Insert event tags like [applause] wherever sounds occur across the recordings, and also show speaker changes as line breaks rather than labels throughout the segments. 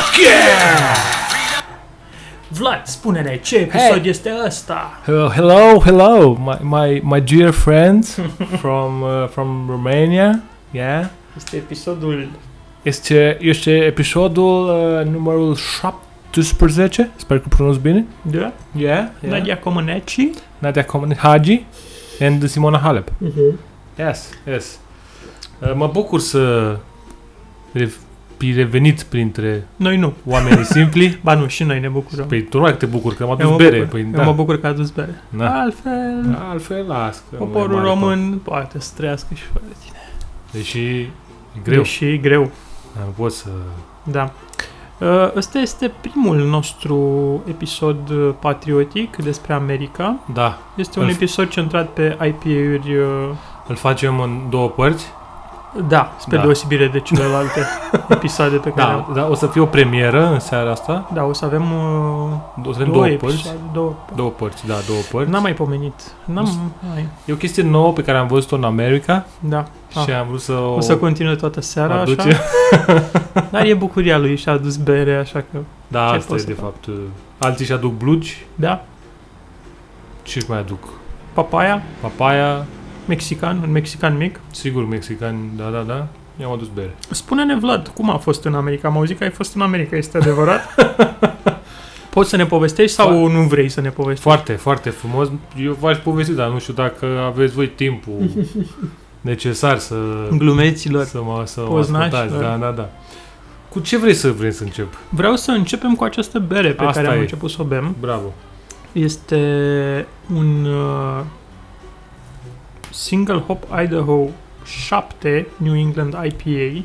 Yeah! Vlad, spune-ne ce episod hey. este ăsta?
Hello, hello, hello, my my, my dear
[laughs]
friend from uh, from Romania. Yeah.
Este episodul...
Este este episodul uh, numărul 17. Sper că pronunț bine.
Da?
Yeah. yeah.
Nadia Comăneci?
Nadia Coman- Hagi and Simona Halep.
Uh-huh.
Yes, yes. Uh, mă bucur să rev- fi revenit printre
Noi nu. [laughs]
oamenii simpli.
Ba nu, și noi ne bucurăm.
Păi tu nu te bucur că am
eu
adus
mă
bere.
bucur,
Păi,
eu
da.
mă bucur că a dus bere.
Da.
Altfel,
Altfel, las. că mai
poporul
mare
român poate să trăiască și fără tine.
tot. Deși e greu.
Deși e greu.
Nu pot să...
Da. Uh, Ăsta este primul nostru episod uh, patriotic despre America.
Da.
Este un
Îl-
episod centrat pe IPA-uri, uh,
Îl facem în două părți.
da, spre
Da.
deosebire de
[laughs]
celelalte episoade pe care
Da,
le-am.
da, o să fie o premieră în seara asta.
Da, o să avem
O
uh,
să
două,
avem două părți.
episoade, două
Două părți, da, două părți.
N-am mai pomenit. N-am mai...
E o chestie nouă pe care am văzut-o în America
Da. Ah.
și am vrut să o,
O să continue toată seara,
aduce.
așa. [laughs] Dar e bucuria lui și-a adus bere, așa că...
Da,
Ce
asta
pot
e
să
de
fac?
fapt. uh, Alții și aduc blugi,
Da,
ce își mai aduc?
papaya,
Papaya,
mexican, un mexican mic.
sigur mexican, da, da, da. I-am adus bere.
Spune-ne, Vlad, cum a fost în America? Am auzit că ai fost în America, este
[laughs]
adevărat? Poți să ne povestești sau nu vrei să ne povestești?
Foarte, foarte frumos. Eu v-aș povesti, dar nu știu dacă aveți voi
[laughs]
timpul necesar să,
Glumeților.
să mă, să mă
Poznașilor.
ascultați. Da, da, da. Cu ce vrei să vrei să încep?
Vreau să începem cu această bere pe
Asta
care am
e.
început să o bem.
Bravo.
Este un uh, Single Hop Idaho 7 New England IPA.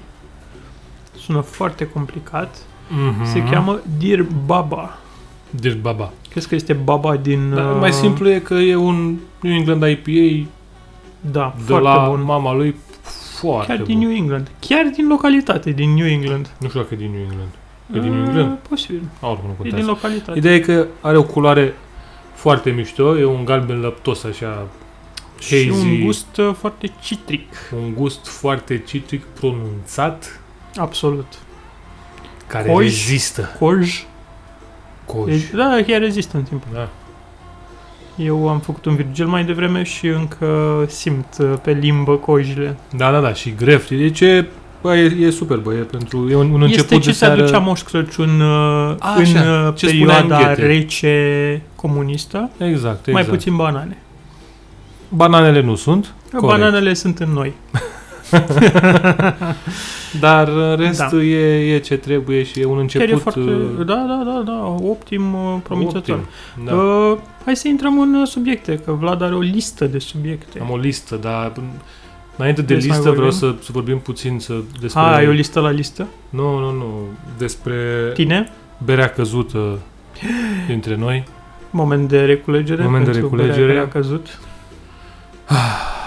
Sună foarte complicat.
Mm-hmm.
Se cheamă Dear Baba.
Deci baba.
Crezi că este Baba din...
Dar
uh,
Da, mai simplu e că e un New England IPA
Da,
de
foarte
la
bun.
mama lui foarte
Chiar
bun.
din New England. Chiar din localitate, din New England.
Nu știu dacă e din New England. E din
Uh,
New England?
Posibil.
A, oricum nu
E din
contează.
localitate.
Ideea e că are o culoare foarte mișto, e un galben lăptos așa,
Și un
hazy.
gust uh, foarte citric.
un gust foarte citric pronunțat,
Absolut.
care
Coj.
rezistă.
Coj.
Coj.
Deci, da, chiar rezistă în timp.
Da.
Eu am făcut un virgil mai devreme și încă simt uh, pe limbă cojile.
da, da, da, și gref. Deci e, bă, e, e super, bă, e pentru e un, un început
este ce
de
se
seară.
aducea Moș Crăciun uh,
A,
în
așa,
uh,
ce spunea în
perioada
Goethe.
rece comunistă.
Exact, exact.
Mai puțin banane.
Bananele nu sunt, Corect.
Bananele sunt în noi.
dar în rest
Da.
e, e ce trebuie și e un început
Chiar e foarte...
uh,
Da, da, da, da, optim, uh, promițător.
optim. Da.
Uh, hai să intrăm în uh, subiecte, că Vlad are o listă de subiecte.
Am o listă, dar în- înainte de
Vrei să mai
listă vreau să,
vorbim?
să vorbim puțin să, despre...
A, ai o listă la listă?
Nu, nu, nu. Despre
Tine?
berea căzută dintre noi.
Moment de reculegere.
Moment de
pentru berea
reculegere.
care a căzut. [sighs]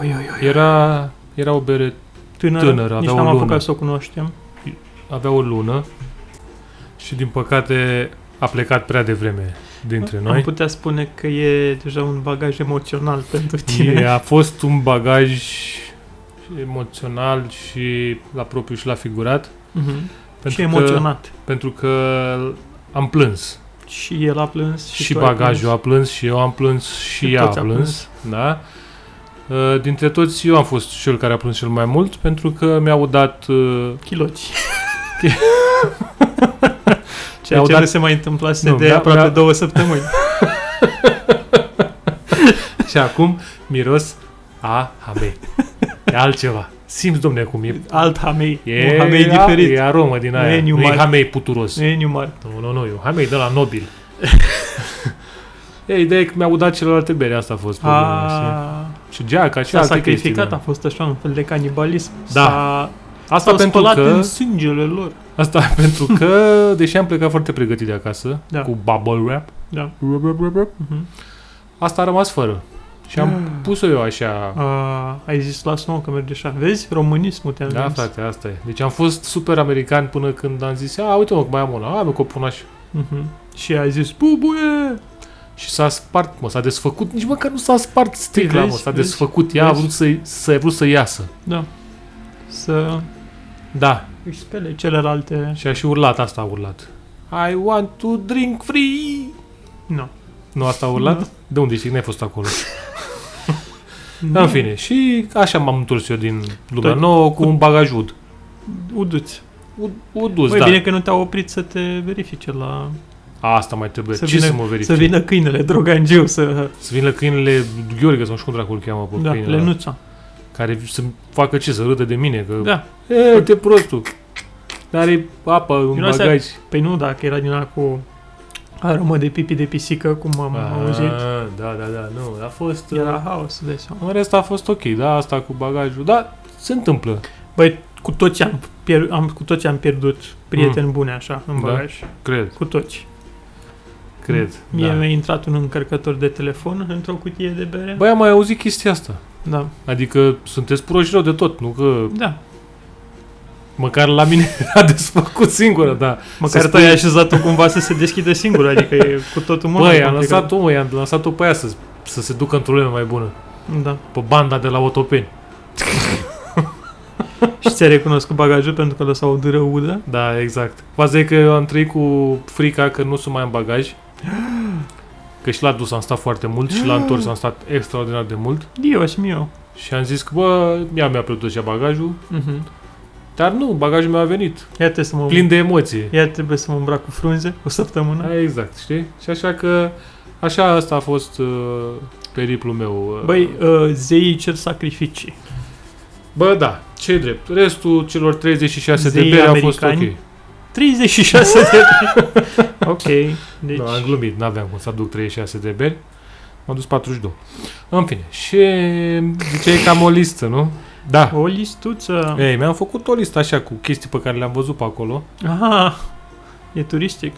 Oi, oi, oi.
Era, era o bere,
Tânără,
tânără,
nici
avea
n-am
o lună.
apucat să o cunoaștem.
avea o lună și din păcate a plecat prea devreme dintre
Am
noi.
putea spune că e deja un bagaj emoțional [laughs] pentru tine.
E, a fost un bagaj emoțional și la propriu și la figurat.
Mhm. Și
că,
emoționat.
pentru că am plâns.
Și el a plâns. Și,
și
tu ai
bagajul
plâns.
a plâns și eu am plâns și,
Și
ea a
toți a
plâns, da? Uh, Dintre toți, eu am fost cel care a plâns cel mai mult pentru că mi-au dat,
[laughs]
uh, [laughs]
Chiloci. Ceea
Mi-au
ce
dat-
nu se mai întâmplase
Nu, da,
de
mi-a-
aproape
mi-a-
două săptămâni.
și acum miros a hame. E altceva. Simți, domne, cum e.
Alt hamei.
E,
un hamei diferit.
e aromă din
Nu
aia.
e
Nu e
numai-
hamei puturos.
Nu e numar.
Nu, nu, nu, e un hamei de la nobil.
[laughs]
e, ideea e că mi-au dat celelalte bere, asta a fost problema. știi?
Ah. A,
Și geaca și
s-a
alte chestii.
sacrificat,
da.
a fost așa un fel de canibalism.
Da.
S-a,
Asta
s-au
pentru
spălat
că...
în sângele lor.
Asta [laughs] pentru că, deși am plecat foarte pregătit de acasă,
Da.
cu bubble wrap,
Da.
rup, rup, rup, rup,
Uh-huh.
asta a rămas fără. Și am
Ah.
pus-o eu așa.
A, ai zis, lasă-mă că merge așa. Vezi? Românismul te-am
Da,
zis.
frate, asta e. Deci am fost super american până când am zis, a, uite mă, că mai am una, a, mă, că o pun așa.
Uh-huh. Și ai zis, bubuie!
Și s-a spart, mă, s-a desfăcut, nici măcar nu s-a spart sticla,
Vezi,
mă, s-a
vezi,
desfăcut, ea a
vezi.
vrut să, să, a vrut să iasă.
Să...
Da,
își spele celelalte...
Și a și urlat, asta a urlat. I want to drink free!
Nu.
Nu asta a urlat?
Da.
De unde știi? N-ai fost acolo.
Nu.
Da, În fine, și așa m-am întors eu din lumea
Tot-
nouă cu un bagaj ud.
Uduți.
Ud, uduz,
Băi,
da.
bine că nu te-au oprit să te verifice la...
Asta mai trebuie.
Să
Ce
vină-
să mă verific?
Să vină câinele, drogangiu, să...
Să vină câinele Gheorghe sau nu știu cum dracu îl cheamă pe
Da,
câinele ăla,
lenuța.
Care să facă ce, să râdă de mine? Că,
Da.
E, te prostul! N-are apă în
Miroase a
bagaj.
Păi nu, dacă era din ăla cu aromă de pipi de pisică, cum am
Ah,
auzit.
Da, da, da, nu, a fost... uh,
Era haos de seama.
În rest a fost ok, da, asta cu bagajul, da, se întâmplă.
Băi, cu toți am, pier- am, cu toți am pierdut prieteni bune așa în
Da.
bagaj.
Cred,
Cu toți.
cred,
Mie
da.
mi-a intrat un încărcător de telefon într-o cutie de bere.
Băi, am mai auzit chestia asta.
Da,
Adică sunteți proști rău de tot, nu că
da.
măcar la mine [laughs] a desfăcut singură, da.
Măcar
spui-
tu ai așezat-o cumva să se deschidă singur, adică e cu totul mult
Băi,
mai
am
complicat.
lăsat-o, mă, i-am lăsat-o pe aia să, să se ducă într-o lume mai bună.
Da.
Pe banda de la Otopeni.
Și ți-a recunoscut bagajul pentru că lăsa o dâră udă.
Da, exact. Faza e că eu am trăit cu frica că nu sunt mai în bagaj. Că și la dus am stat foarte mult și la întors am stat extraordinar de mult.
Dio și mio.
Și am zis că, bă, ea mi-a plăcut și bagajul.
Mhm.
Dar nu, bagajul meu a venit.
Ia trebuie să mă...
Plin de emoție.
Ia trebuie să mă îmbrac cu frunze o săptămână.
Da, exact, știi? Și așa că, așa asta a fost uh, periplul meu. uh.
Băi, uh, zeii cer sacrificii.
bă, da, ce drept. Restul celor 36 de
Zeii
bere a fost ok.
americani. 36 de Ok, deci...
Deci... Nu, am glumit, n-aveam cum să aduc 36 de beri. M-am dus 42. În fine, și ziceai că am o listă, nu? Da.
O listuță.
Ei, mi-am făcut o listă așa cu chestii pe care le-am văzut pe acolo.
Aha, e turistic.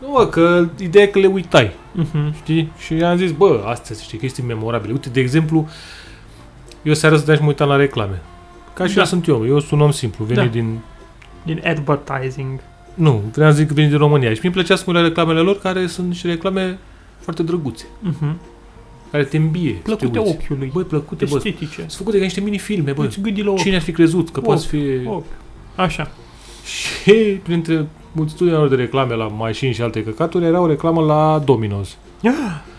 Nu, mă, că ideea e că le uitai.
Mhm.
Știi? Și am zis, bă, astea sunt niște chestii memorabile. Uite, de exemplu, eu seara să și mă uitam la reclame. Ca și
Da.
da. eu sunt eu, eu sunt un om simplu, venit
Da.
da. din...
Din advertising.
Nu, vreau să zic că venit din România. Și mi-e plăcea să mă uit la reclamele lor, care sunt niște reclame foarte drăguțe,
Mhm.
care te îmbie. să te
Plăcute
uiți. Deci,
ochiului.
Băi, plăcute, bă,
Estetice.
sunt făcute ca niște mini-filme, bă.
Îți gândi la ochi.
Cine ar fi crezut că
Ochi.
poți fi...
Ochi. Așa.
Și printre multitudinea lor de reclame la mașini și alte căcaturi era o reclamă la Domino's.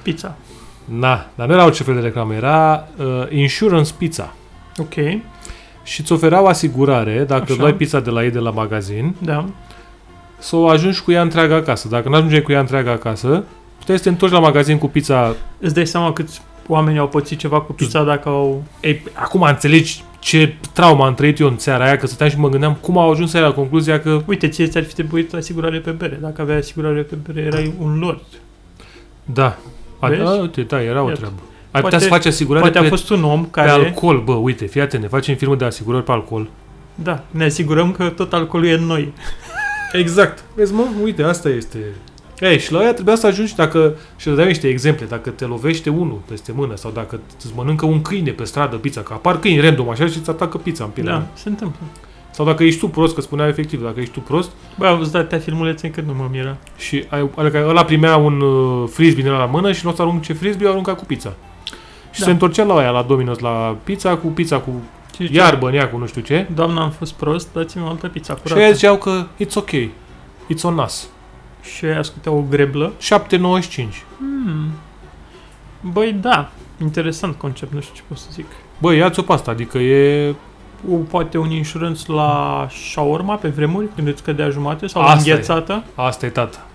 Pizza.
Na, dar nu era orice fel de reclamă, era uh, Insurance Pizza.
Ok,
Și îți ofereau asigurare, dacă
Așa.
Așa. luai pizza de la ei de la magazin,
da.
să o ajungi cu ea întreaga acasă. Dacă nu ajungeai cu ea întreaga acasă, puteai să te întorci la magazin cu pizza.
Îți dai seama câți oameni au pățit ceva cu
Mm.
pizza dacă au...
Ei, acum înțelegi ce trauma am trăit eu în seara aia, că stăteam și mă gândeam cum au ajuns aia la concluzia că
Uite, ție ți-ar fi trebuit asigurare pe bere. Dacă aveai asigurare pe bere, erai un lord.
Da. A,
Vezi?
a, uite, da, era o
Iată.
treabă. Ai
Poate-
putea să faci asigurare
Poate
pe,
a fost un om
pe
care...
alcool, bă, uite, fii atent, ne facem firmă de asigurări pe alcool.
Da, ne asigurăm că tot alcoolul e în noi.
Exact. Vezi, mă, uite, asta este... Ei, și la aia trebuia să ajungi dacă, și le dai niște exemple, dacă te lovește unul peste mână sau dacă îți mănâncă un câine pe stradă pizza, că apar câini random așa și îți atacă pizza în piele.
Da, se întâmplă.
Sau dacă ești tu prost, că spunea efectiv, dacă ești tu prost
Bă, am văzut atâtea filmulețe încât nu mă mira.
și ai, adică ăla primea un uh, frisbee din ăla la mână și nu o să arunce frisbee, o arunca cu pizza. Și
Da.
da. se întorcea la aia, la Domino's, la pizza, cu pizza cu
Și zicea,
iarbă în ea cu nu știu ce.
Doamna, am fost prost, dați-mi o altă pizza
Și aia
curată.
ziceau că it's ok, it's on us.
Și aia scutea o greblă.
7,95.
Hmm. Băi, da, interesant concept, nu știu ce pot să zic.
Băi, ia-ți-o pasta, adică e...
O, poate un insurance la shawarma pe vremuri, când îți cădea jumate, sau la
Asta e.
înghețată.
Asta e tata.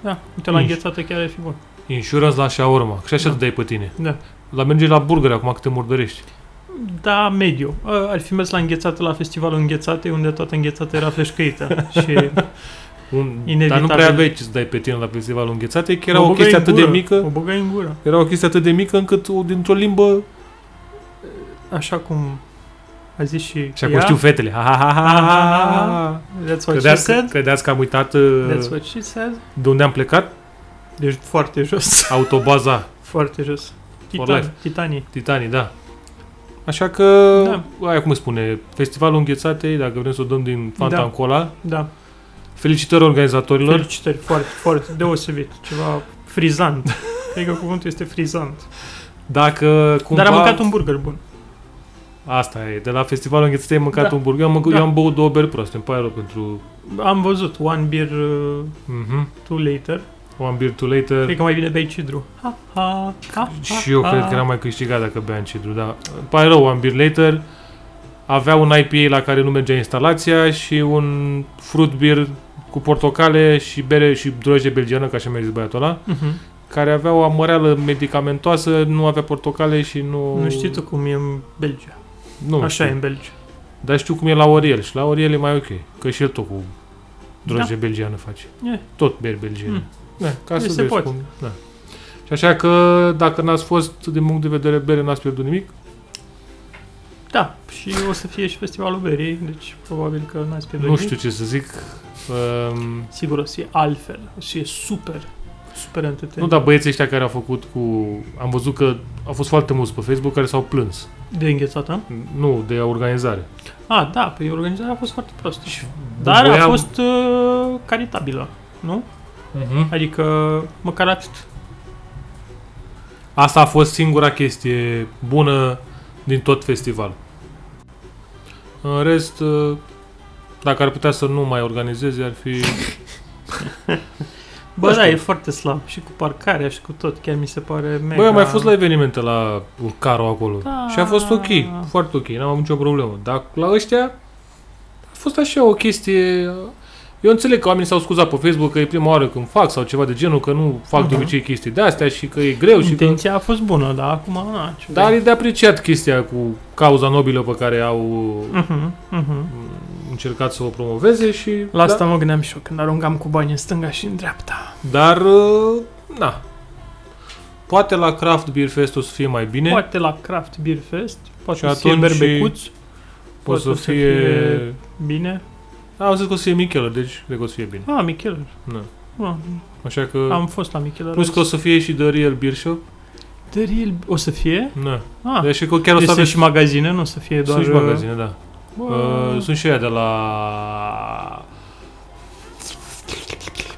Da, uite, la
Inș-
înghețată chiar ar fi bun.
Insurance la shawarma. Și așa
Da.
da. te dai pe tine.
Da.
La merge la burger acum că te murdărești.
Da, mediu. A, Ar fi mers la înghețată la festivalul înghețate, unde toată înghețată
[laughs]
era fleșcăită. și
Un... Dar
Inevitabil.
nu prea aveai ce să dai pe tine la festivalul înghețate, că era
O
o,
băgai
chestie
în
atât de
gură,
mică,
O băgai în gură.
era o chestie atât de mică încât o- dintr-o limbă...
Așa cum a zis și,
Și acum știu fetele. Ha, ha, ha, ha, ha, ha.
That's what she
Credeați, că-
said.
credeați că am uitat uh,
That's what she said.
de unde am plecat?
Deci foarte jos. [laughs]
Autobaza
Foarte jos.
For
Titan,
life.
Titanii.
Titanii, da. Așa că,
Da.
da. aia cum îi spune, festivalul înghețatei, dacă vrem să o dăm din Fanta
Da.
da. în cola,
Da.
felicitări organizatorilor.
Felicitări. Foarte, foarte deosebit. Ceva
[laughs]
frizant. Cred că cuvântul este frizant.
Dacă cumva...
Dar a mâncat un burger bun.
Asta e. De la festivalul înghețit ai mâncat
Da.
un burger. Eu am, mâncat,
Da.
eu am băut două beri proaste. Îmi pare rău pentru...
Am văzut One Beer uh,
Mhm.
Two Later.
One beer to later.
Cred că mai bine bei cidru. Ha, ha, ha, ha,
Și eu
ha.
cred că eram mai câștigat dacă beam cidru, dar îmi pare rău, One Beer Later avea un IPA la care nu mergea instalația și un fruit beer cu portocale și bere și droje belgiană, ca așa mi-a zis băiatul ăla,
Mhm.
care avea o amoreală medicamentoasă, nu avea portocale și nu...
Nu știi tu cum e în Belgia.
Nu
Așa
știu.
e în Belgia.
Dar știu cum e la Oriel și la Oriel e mai ok, că și el tot cu droje da. belgiană face.
E.
Tot beri belgiene.
Mm.
Mm. Da, ca
E,
să
se
vezi
poate.
cum... Da. Și așa că dacă n-ați fost, din punct de vedere bere, n-ați pierdut nimic.
Da, și o să fie și festivalul berii, deci probabil că n-ați pierdut
Nu
nimic.
știu ce să zic. Um,
Sigur o să fie altfel, o să fie super, super
nu, da.
entertaining.
dar băieții ăștia care au făcut cu... Am văzut că au fost foarte mulți pe Facebook care s-au plâns.
De înghețată?
Nu, de organizare.
A, da, pe organizarea a fost foarte prostă.
Și
Dar a
voiam-
fost uh, caritabilă, nu?
Mhm.
Adică, măcar atât.
Asta a fost singura chestie bună din tot festivalul. În rest, uh, dacă ar putea să nu mai organizeze, ar fi...
Bă,
Nu
da,
știu.
e foarte slab. Și cu parcarea și cu tot. Chiar mi se pare mega...
Băi, am mai fost la evenimente la Caro acolo
Da.
și a fost ok, foarte ok, n-am avut nicio problemă. Dar la ăștia a fost așa o chestie... Eu înțeleg că oamenii s-au scuzat pe Facebook că e prima oară când fac sau ceva de genul, că nu fac de
Mhm.
obicei chestii de-astea și că e greu și că...
Intenția a fost bună, dar acum, na, ce
Dar
vrei.
e de apreciat chestia cu cauza nobilă pe care au
Mhm, mhm.
încercat să o promoveze și... da,
La asta mă gândeam și eu când aruncam cu bani în stânga și în dreapta.
Dar, uh, na. Poate la Craft Beer Fest o să fie mai bine.
Poate la Craft Beer Fest,
Și
poate și fie
atunci-
berbecuți,
o
poate
să fie...
bine.
Am zis că o să fie Micheler, deci cred că o să fie bine.
Ah, Micheler.
Na.
Ah,
Așa că...
am fost la Micheler.
Plus că o să fie și The Real Beer Shop.
De real, o să fie?
Na.
Ah,
Deci că chiar o să
deci sunt
aveți...
și magazine, nu o să fie doar... uh,
Sunt și magazine, da.
Bă,
Uh, sunt și aia de la...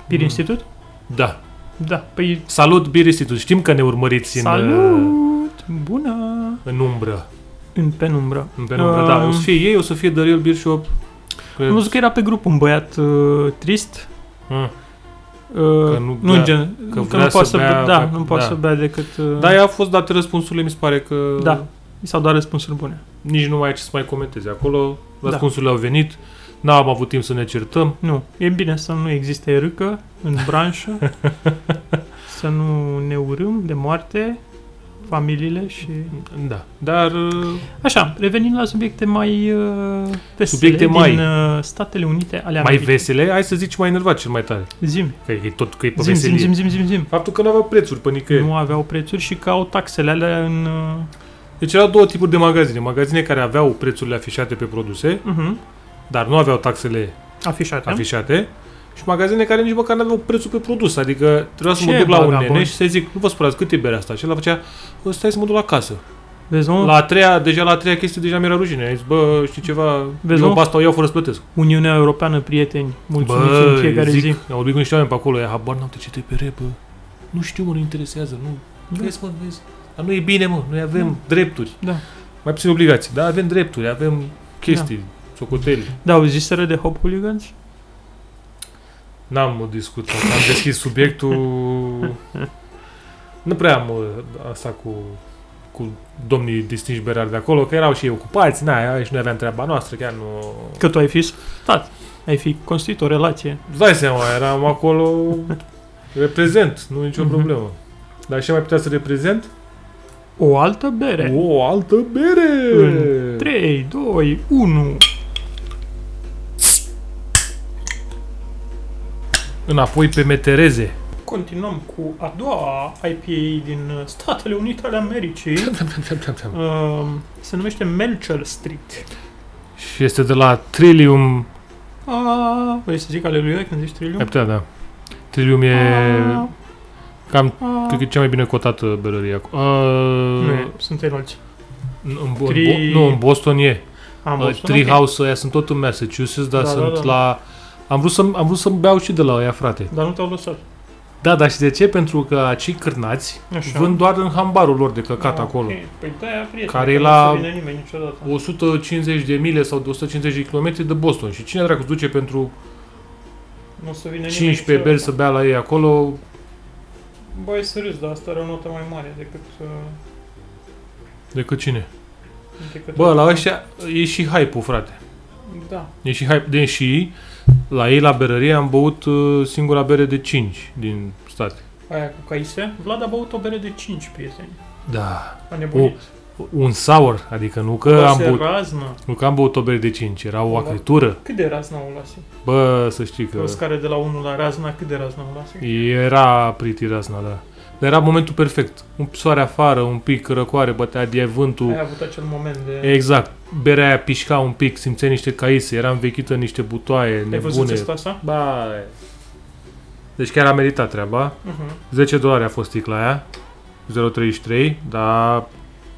Beer Institute?
Da.
Da, păi...
Salut, Beer Institute. Știm că ne urmăriți în, uh,
Salut! Bună!
în umbră.
În penumbră.
În penumbră,
Uh,
da. O să fie ei, o să fie The Real Beer Shop. Cred.
Am văzut că era pe grup un băiat uh, trist.
Ah.
Uh, că
nu
nu
bea-
în gen, că, că
vrea
nu poate
să
să
bea,
bea, da,
că-
nu poate
da.
să bea decât... Uh,
Da, i-au fost date răspunsurile, mi se pare că
da, mi s-au dat răspunsuri bune.
nici nu mai ai ce să mai comentezi acolo.
Da.
Răspunsurile au venit, n-am avut timp să ne certăm.
Nu, e bine să nu existe râcă în
[laughs]
branșă, să nu ne urâm de moarte familiile și...
Da, dar uh,
Așa, revenind la subiecte mai uh, vesele
Subiecte mai-
din uh, Statele Unite ale
mai
Americii.
vesele, hai să zici mai enervat cel mai tare.
Zim,
Că e tot că e pe
zim,
veselie.
zim, zim, zim, zim, zim.
Faptul că nu aveau prețuri pe nicăieri.
Nu aveau prețuri și că au taxele alea în... Uh,
Deci erau două tipuri de magazine. Magazine care aveau prețurile afișate pe produse,
uh-huh,
dar nu aveau taxele
afișate.
afișate. Și magazine care nici măcar nu aveau prețul pe produs. Adică trebuia să
Ce
mă duc la un
vagabond.
nene și să zic, nu vă spălați cât e berea asta. Și el făcea, "Bă, stai să mă duc la casă.
Vezi, mă,
La
la...
a treia, deja la a treia chestie, deja mi-era rușine. Ai zis, bă, știi ceva,
Vezi,
eu
mă?
pe asta o iau fără să plătesc.
Uniunea Europeană, prieteni, mulțumiți
Bă,
în fiecare
zic,
zi.
Am vorbit cu niște oameni pe acolo, ia habar n-am de ce te pere, bă. Nu știu, mă, nu interesează, nu.
Da.
Vezi, mă, vezi. Dar nu e bine, mă, noi avem drepturi.
Da.
Mai puțin obligații, dar avem drepturi, avem chestii, socoteli.
Da, au zis de Hop Hooligans?
N-am discutat, am deschis subiectul. nu prea am uh, asta cu, cu domnii distinși berari de acolo, că erau și ei ocupați, na, și noi aveam treaba noastră, chiar nu...
Că tu ai fi stat, ai fi constituit o relație.
Îți dai seama, eram acolo reprezent, nu nicio
Mhm.
problemă. Dar ce mai putea să reprezent?
O altă bere.
O altă bere!
În 3, 2, 1.
Înapoi pe metereze.
Continuăm cu a doua IPA din uh, Statele Unite ale Americii. Um, se numește Melcher Street.
și este de la Trillium...
A, vrei să zic aleluia când zici
Ai
Trillium?
putea, da. Trillium e
A,
cam,
a,
cred că e cea mai bine cotată berărie acum.
Nu,
Uh,
e, sunt enolți.
în, în, Bo-
Tri-
nu, în Boston e.
Am
Uh,
văzut, ok.
Treehouse ăia sunt tot în Massachusetts, dar
Da, da,
sunt
da.
la... Am vrut, să, am vrut să-mi beau și de la ăia, frate.
Dar nu te-au lăsat.
Da, dar și de ce? Pentru că acei cârnați
Așa.
vând doar în hambarul lor de căcat acolo.
Ok, Păi de-aia, prieteni,
Care
că
e la-
Nu se vine nimeni niciodată.
150 de mile sau de 150 de kilometri de Boston. Și cine dracu duce pentru
Nu se vine nimeni
15 beri să
niciodată.
bea la ei acolo?
Băi, serios, dar asta are o notă mai mare decât... uh,
Decât cine?
decât
Bă, la ăștia e și hype-ul, frate.
Da.
E și hype, deși la ei la berărie am băut uh, singura bere de 5 din state.
Aia cu caise. Vlad a băut o bere de 5 prieteni.
Da.
A nebunit.
Un sour, adică nu că
Bă,
am
se
băut,
raznă.
nu că am băut o bere de 5, era o
Da.
acritură.
Cât de razna o lase?
Bă, să știi că
O scară de la 1 la razna, cât de razna o lase?
era pretty razna, da. Dar era momentul perfect. Un soare afară, un pic răcoare, bătea de vântul.
Ai avut acel moment de...
Exact. Berea aia pișca un pic, simțeai niște caise, era învechită în niște butoaie
Ai văzut
nebune.
asta așa?
Ba. Deci chiar a meritat treaba.
Uh-huh.
10 dolari a fost sticla aia. 0,33, dar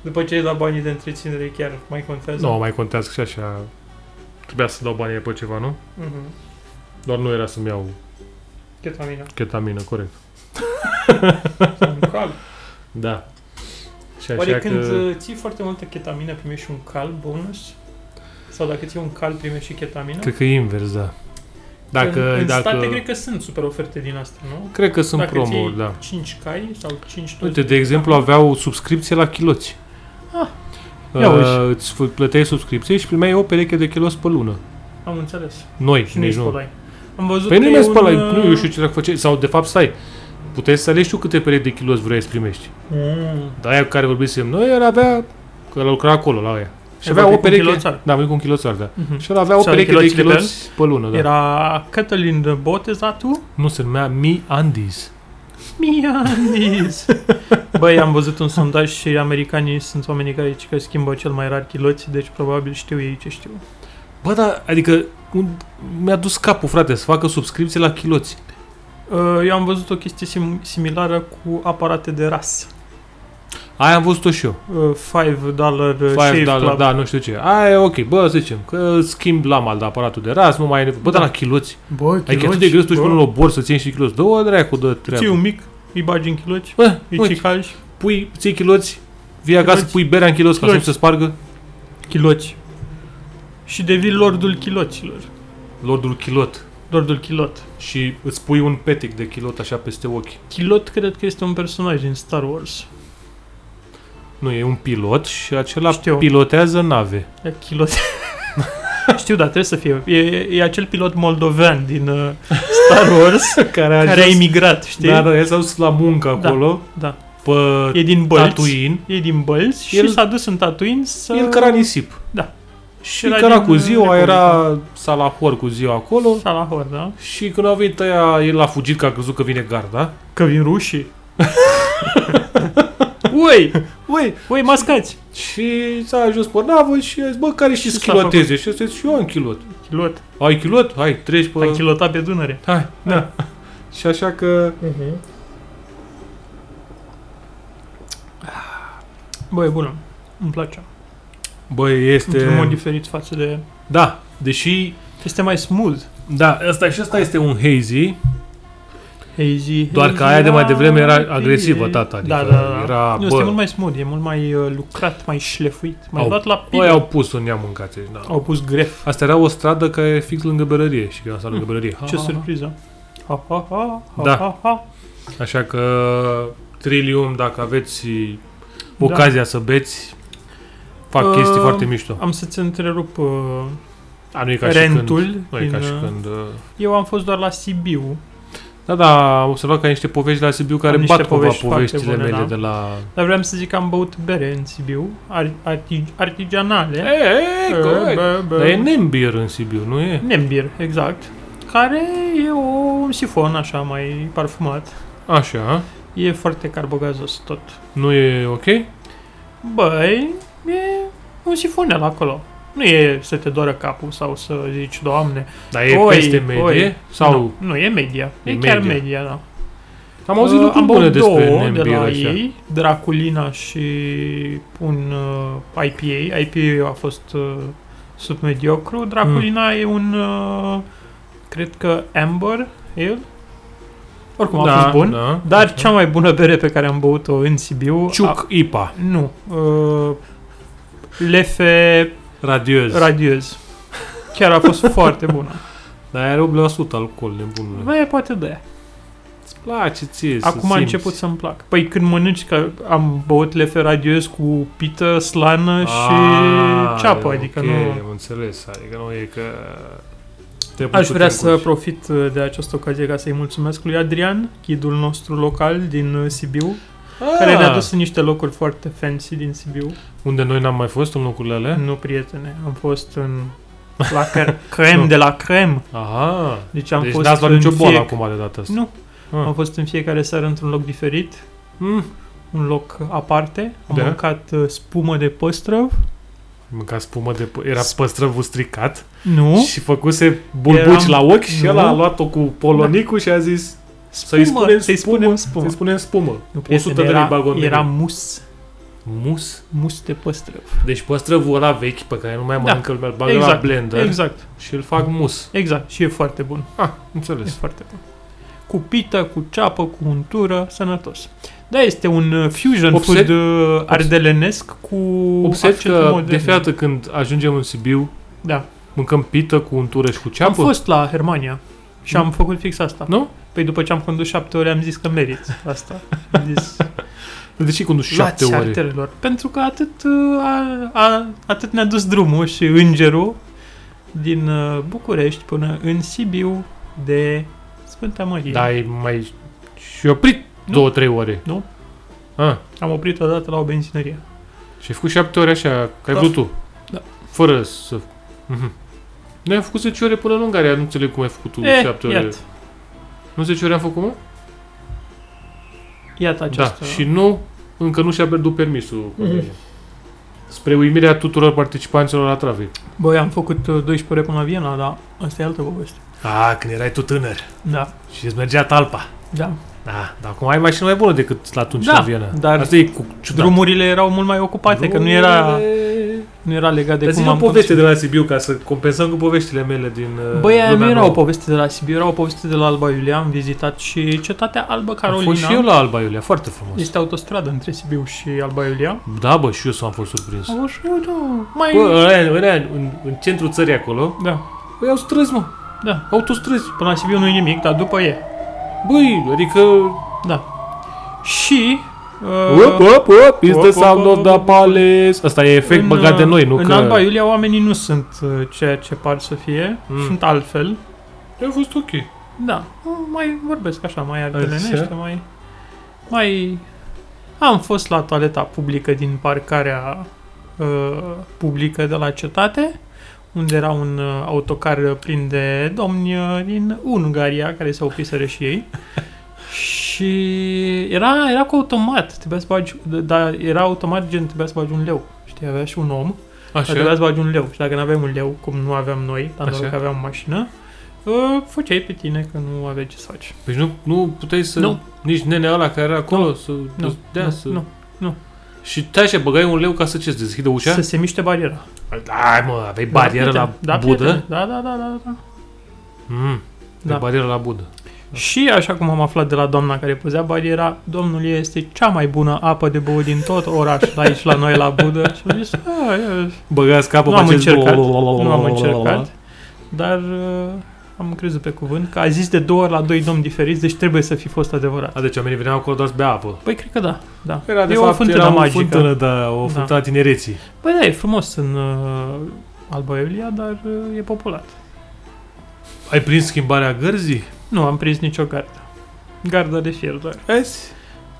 După ce ai dat banii de întreținere, chiar mai contează?
nu mai contează și așa. Trebuia să dau banii pe ceva, nu?
Uh-huh.
Doar nu era să-mi iau
Ketamina.
ketamină, corect.
Sau un
[laughs]
cal.
Da. Și așa
Oare
Oare
când
că... Când...
uh, ții foarte multă ketamină, primești și un cal bonus? Sau dacă ții un cal, primești și ketamină?
Cred că e invers, da. Dacă,
în, în
dacă...
state cred că sunt super oferte din asta, nu?
cred că sunt
Dacă
promo
ții
da.
5 cai sau 5
Uite, de exemplu,
Da,
aveau subscripție la chiloți. Ah,
ia uite.
uh, îți fu- plăteai subscripție și primeai o pereche de chiloți pe lună.
Am înțeles.
Noi,
Și nu-i
nici nu.
spălai. Am văzut
Păi nu
că
mai
e un,
spălai,
uh,
nu eu știu ce dacă făceai. Sau, de fapt, stai, puteai să alegi tu câte perechi de chiloți vrei să primești.
Mm.
Dar aia cu care vorbisem noi, el avea, că el lucra acolo, la aia. Și
El
avea o
vorbit cu un
pereche,
chiloțar.
da, vorbit cu un chiloțar, da.
Mhm.
Și el avea o
Și avea
pereche de
chiloții de pe
chiloți pe lună, da.
Era Cătălin Botezatul.
Nu, se numea Mi Andis.
Mianis! [laughs] Băi, am văzut un sondaj și americanii sunt oamenii care zic că schimbă cel mai rar chiloți, deci probabil știu ei ce știu.
Bă, dar, adică, un- mi-a dus capul, frate, să facă subscripție la chiloți.
Uh, Eu am văzut o chestie sim- similară cu aparate de ras.
Aia am văzut-o și eu.
Uh, Five dollar uh, shave
Five dollar,
club.
da, nu știu ce. Aia e ok, bă, să zicem, că schimb lama de aparatul de ras, nu mai e nevoie. Bă,
Da.
dar la chiloți.
Bă,
Ai că Adică atât de greu să duci până la obor să ții și chiloți. Dă-o dracu, dă
Ții
treabă.
un mic, îi bagi în chiloci,
Bă,
îi
uite,
cicași,
pui, ții chiloți, vii acasă,
Chiloți.
pui berea în chiloți ca să nu
Chiloți.
se spargă.
chiloci. Și devii lordul chilocilor.
Lordul chilot.
Lordul chilot.
Și îți pui un petic de chilot așa peste ochi.
Chilot cred că este un personaj din Star Wars.
Nu, e un pilot și acela
Știu.
pilotează nave.
E Chilot. Știu, dar trebuie să fie. E, e, e acel pilot moldovean din uh, Star Wars
[laughs] Care a
[laughs] care a emigrat, știi?
Da, da, el s-a dus la muncă
Da,
acolo,
da.
pe
E din Bălți.
Tatuin.
E din Bălți și
El-
s-a dus în Tatuin să...
El căra nisip.
Da.
Și
Era
căra
din
cu ziua,
Republica.
era salahor cu ziua acolo.
Salahor, da?
Și când au venit ăia, el a fugit că a crezut că vine garda.
Că vin rușii. [laughs] Ui!
Ui,
Ui, mascați!
și s-a ajuns pe navă și a zis, bă, care și
Și s-a
schiloteze? Și a zis, și eu am chilot.
Chilot.
Ai chilot? Hai, treci pe...
Am chilotat pe Dunăre.
Hai, da. [laughs] și așa că...
Uh-huh. Băi, Ah. bună. Îmi place.
Băi, este...
Într-un mod diferit față de...
Da, deși...
Este mai smooth.
Da, asta și asta este un hazy,
Hazy,
doar
hazy,
că aia de mai devreme era
hazy.
agresivă, tata. Adică
da, da, da.
Era,
nu, este
bă,
mult mai smooth, e mult mai uh, lucrat, mai șlefuit, mai
Au-
luat la pile.
Băi, au pus un neam în cate. Da.
au pus gref.
Asta era o stradă care e fix lângă berărie și eu am stat lângă
Mm,
berărie. Ha, ha,
Ce
ha.
surpriză. Ha, ha, ha, ha,
Da.
ha, ha.
Așa că Trillium, dacă aveți ocazia să beți, fac
Da. Uh,
chestii foarte mișto.
Am să-ți întrerup uh,
A, nu e ca
rentul.
și când... Nu e
din,
ca și
uh,
când... uh,
Eu am fost doar la Sibiu,
Da, da, am observat că ai niște povești de la Sibiu care
niște
bat cumva
povești foarte
poveștile
bune,
mele
da.
de la...
dar vreau să zic că am băut bere în Sibiu, ar, arti, artigianale.
E,
Eh, bă, bă.
Dar e Nembier în Sibiu, nu e?
Nembir, exact. Care e o, un sifon așa mai parfumat.
Așa,
E foarte carbogazos tot.
nu e ok?
Băi, e un sifonel acolo. Nu e să te doară capul sau să zici, doamne.
Dar e
Oi,
peste medie?
oi.
Sau...
Nu, nu e media. E,
E
e chiar
media.
media, da.
Am auzit
Uh,
lucruri
am băut
bune despre
două de
Nembier
la
așa.
ei, Draculina și un uh, IPA. IPA a fost uh, submediocru.
Hmm.
Draculina e un, uh, cred că Amber Ale. Oricum a
da,
fost bun.
Da.
Dar cea mai bună bere pe care am băut-o în Sibiu...
Ciuc IPA.
A, nu. Uh, lefe
Radiez.
radiez. Chiar a
[laughs]
fost foarte bună.
Dar are 8% alcool, nebunule.
Bă, poate de aia.
Îți place ție să
Acum a
simți.
început să-mi plac. Păi când mănânci, că am băut lefe radiez cu pită, slană și
Ah,
ceapă,
e,
adică
ok,
nu...
am înțeles, adică nu e că... Te
Aș
bucuri,
vrea
te
să
încurci.
profit uh, de această ocazie ca să-i mulțumesc lui Adrian, ghidul nostru local din uh, Sibiu,
Ah,
care ne-a dus în niște locuri foarte fancy din Sibiu.
Unde noi n-am mai fost în locurile alea?
Nu, prietene, am fost în... La
[laughs]
cre- crem de la crem.
Aha.
Deci am
deci
fost
n-ați luat
în
nicio boală
fiec-
acum de data asta.
Nu.
Ah.
Am fost în fiecare seară într-un loc diferit,
Mm.
un loc aparte. Am
Da.
mâncat uh, spumă de păstrăv.
Mânca spumă de... p- Era păstrăvul stricat
Nu.
și făcuse bulbuci
Eram-
la ochi și
Nu.
ăla a luat-o cu polonicul și a zis
Spumă,
spunem
să-i
spumă,
spunem spumă.
să-i spunem spumă.
Nu, prietene,
100 de lei
era,
bagon de
era
lei.
mus.
Mus?
Mus de păstrăv.
Deci păstrăvul ăla vechi pe care nu mai mănâncă lumea, îl bagă la
Exact,
blender
Exact,
și îl fac mus.
exact. Și e foarte bun.
Ah,
E
înțeles.
foarte bun. Cu pită, cu ceapă, cu untură, sănătos. Da, este un uh, fusion
Obse-
food uh, ardelenesc cu
Observ
accent
că
modern.
de fiată când ajungem în Sibiu,
Da.
mâncăm pită cu untură și cu
Am
ceapă.
fost la Germania și
Nu.
am făcut fix asta.
Nu?
Păi după ce am condus șapte ore am zis că merit asta. Am zis,
De ce condus șapte
luați
ore?
arterelor. Pentru că atât, uh, a, a, atât ne-a dus drumul și îngerul din uh, București până în Sibiu de Sfânta Marie.
Dar ai mai și oprit
Nu.
două, trei ore.
Nu.
Ah,
Am oprit odată la o benzinărie.
și ai făcut șapte ore așa, ca ai
Da.
vrut tu.
Da.
Fără să... Mhm. Noi am făcut 10 ore până în Ungaria, nu înțeleg cum ai făcut tu 7 ore.
Eh, iată,
Nu 10 ore am făcut, mă?
iată
Da,
această...
și nu, încă nu și-a pierdut permisul.
Mhm.
Spre uimirea tuturor participanților la trafic.
Băi, am făcut uh, 12 ore până la Viena, dar asta e altă poveste.
Ah, când erai tu tânăr
Da,
și îți mergea talpa.
da.
Da, dar acum ai mașină mai bună decât la atunci
Da,
la Viena.
dar
Asta e cu ciudat.
Drumurile erau mult mai ocupate, că nu era, nu era legat de
Dar
cum
zi o
am
poveste de la Sibiu ca să compensăm cu poveștile mele din uh,
Băi, aia nu
lumea
era
nouă.
o poveste de la Sibiu, era o poveste de la Alba Iulia. Am vizitat și cetatea Alba
Am
Carolina.
fost și eu la Alba Iulia, foarte frumos.
Este autostradă între Sibiu și Alba Iulia.
Da, bă, și eu s-am fost surprins.
Am fost și eu, da. Mai...
Bă, în, aia- în, aia- în, în centrul țării acolo,
Da,
băi, au străzi, mă,
da.
autostrăzi.
Până la Sibiu nu e nimic, dar după e.
Băi, adică...
Da. Și... uh,
Op, op, op, is
op,
the
op,
sound
op,
of the
op.
palace. Asta e efect
în,
băgat de noi, nu
în
că...
Alba Iulia oamenii nu sunt uh, ceea ce par să fie,
Mm.
mm. sunt altfel.
A fost ok.
Da, mai vorbesc așa, mai
Așa.
artelenește, mai... Mai... Am fost la toaleta publică din parcarea uh, publică de la cetate, unde era un uh, autocar plin de domni uh, din Ungaria, care se opriseră și ei. și era, era cu automat, trebuia să bagi, dar era automat gen trebuia să bagi un leu. Știi, avea și un om
Așa.
Așa. Trebuia să Adică bagi un leu și dacă nu aveam un leu, cum nu aveam noi, dar
Așa.
doar că aveam mașină, uh, făceai pe tine că nu aveai ce să faci.
Deci nu, nu puteai să...
Nu.
Nici nenea ăla care era acolo să...
Nu,
dea,
nu,
Da, să...
nu, nu.
Și tai și băgai un leu ca să ce? Să deschidă ușa?
Să se miște bariera.
Ai mă, aveai barieră
da,
la
prieten. da,
budă?
prieten. Da, da, da, da, da.
Mm, da.
Da.
barieră la budă.
Și așa cum am aflat de la doamna care păzea bariera, domnul ei este cea mai bună apă de băut din tot
[laughs]
orașul aici la noi la Budă. Și am zis, "A, e-
Băgați capul
nu
pe
am
acest-
încercat, nu am încercat, dar uh, am crezut pe cuvânt că a zis de două ori la doi domni diferiți, deci trebuie să fi fost adevărat.
A, deci oamenii veneau acolo doar să bea apă.
Păi cred că da, da.
Era de
e
fapt,
o fântână
era
magică.
o fântână, da, o fântână a tinereții.
Păi da, e frumos în uh, Alba Iulia, dar uh, e populat.
Ai prins schimbarea gărzii?
Nu am prins nicio gardă. Garda de fier doar.
Vezi?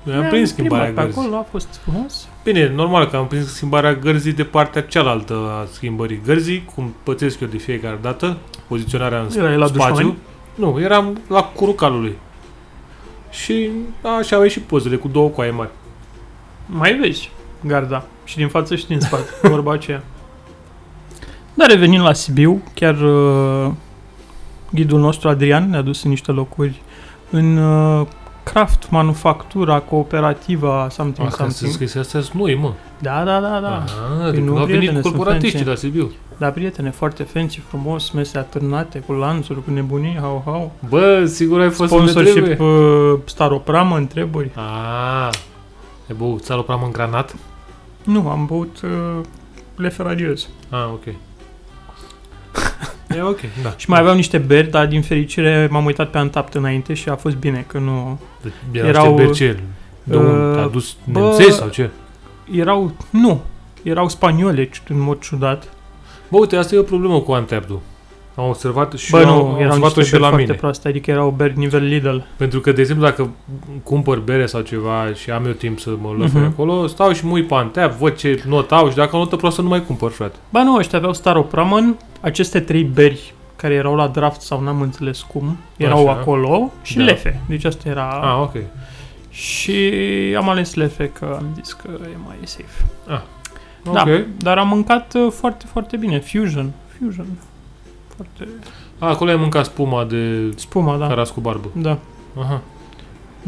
Noi am
Ne-am
prins
plimbat
schimbarea
pe
gărzii.
acolo, a fost frumos.
Bine, normal că am prins schimbarea gărzii de partea cealaltă a schimbării gărzii, cum pățesc eu de fiecare dată, poziționarea în
Erai la
spațiu.
dușmani?
Nu, eram la curul calului. Și așa au ieșit pozele cu două coaie mari.
Mai vezi garda. Și din față și din spate,
[laughs]
vorba aceea. Dar revenind la Sibiu, chiar uh, ghidul nostru Adrian ne-a dus în niște locuri în uh, craft, manufactura, cooperativa, something,
Ah, că să
something.
scris astea sunt noi, mă.
Da, da, da, da.
Ah,
Păi
de
nu,
când au venit
prietene, sunt
corporatiștii
franțe.
la Sibiu.
Dar Da, prietene, foarte fancy, frumos, mese atârnate, cu lanțuri, cu nebunii, hau, hau.
Bă, sigur ai fost unde
Sponsorship
trebuie.
uh, staropramă, întreburi.
Aaa. Ah. E băut, ți-a luat în granat?
Nu, am băut uh, leferadios.
Ah,
[laughs]
ok. e ok, da.
Și mai aveam niște beri, dar din fericire m-am uitat pe Antapt înainte și a fost bine că nu...
Deci, Erau,
erau,
erau niște berceri. De
uh,
unde? A dus
bă,
nemțești sau ce?
Erau... Nu! Erau spaniole, ci- în mod ciudat.
Bă, uite, asta e o problemă cu Antepdu. Am observat și
Bă,
eu,
nu,
am
erau
observat-o
niște beri
și la
foarte
mine.
proaste, adică erau beri nivel Lidl.
Pentru că, de exemplu, dacă cumpăr bere sau ceva și am eu timp să mă lăsă
Mhm.
acolo, stau și mă uit pe Antep, văd ce notă au și dacă o notă proastă nu mai cumpăr, frate.
Ba nu, ăștia aveau Staropramen, aceste trei beri care erau la draft sau n-am înțeles cum, erau
Așa.
acolo și
Da.
lefe. Deci asta era...
Ah, ok.
Și am ales lefe că am zis că e mai safe.
Da. Ok.
Da, dar am mâncat uh, foarte, foarte bine. Fusion. Fusion. Foarte...
A, acolo ai mâncat spuma de
Spuma, da.
caras cu barbă.
Da.
Aha.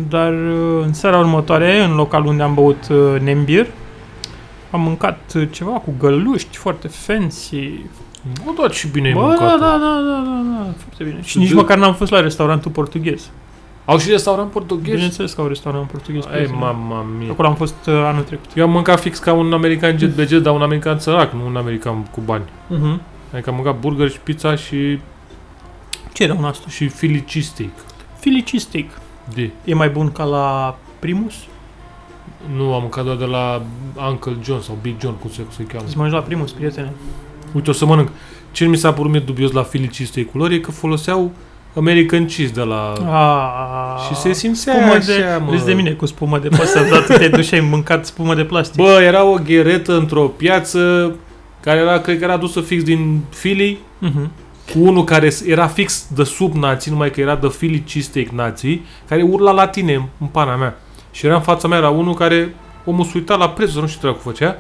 Dar uh, în seara următoare, în local unde am băut uh, nembir, am mâncat uh, ceva cu găluști foarte fancy.
Bă, da, ce bine ai
Bă, da, da,
mâncat.
da, da, da, da, foarte bine. Și nici
Dă-
măcar n-am fost la restaurantul portughez.
Au și restaurant portughez?
Bineînțeles că au restaurant portughez.
Ei,
prietene.
mama mia.
da. Acolo am fost uh, anul trecut.
Eu am mâncat fix ca un american jet BG, dar un american sărac, nu un american cu bani.
Uh-huh.
Adică am mâncat burger și pizza și,
Ce era un asta?
și Philly cheesesteak.
Filicistic.
De.
E mai bun ca la Primus?
Mm. Nu, am mâncat doar de la Uncle John sau Big John, cum se, cum se cheamă.
Să mă la Primus, prietene.
Uite, o să mănânc. Ce mi s-a părut mie dubios la Philly cheesesteak lor e că foloseau American cheese de la...
Ah,
Da. și se simțea
spumă
așa,
de,
mă.
râzi de mine cu spumă de plastic. Dar tu te duci și ai mâncat spumă de plastic.
Bă, era o gheretă într-o piață care era, cred că era dusă fix din Philly,
Mhm.
cu unul care s- era fix de sub nații, numai că era de Philly cheesesteak nații, care urla la tine în pana mea. Și era în fața mea, era unul care omul se uita la preț, nu știu ce dracu făcea,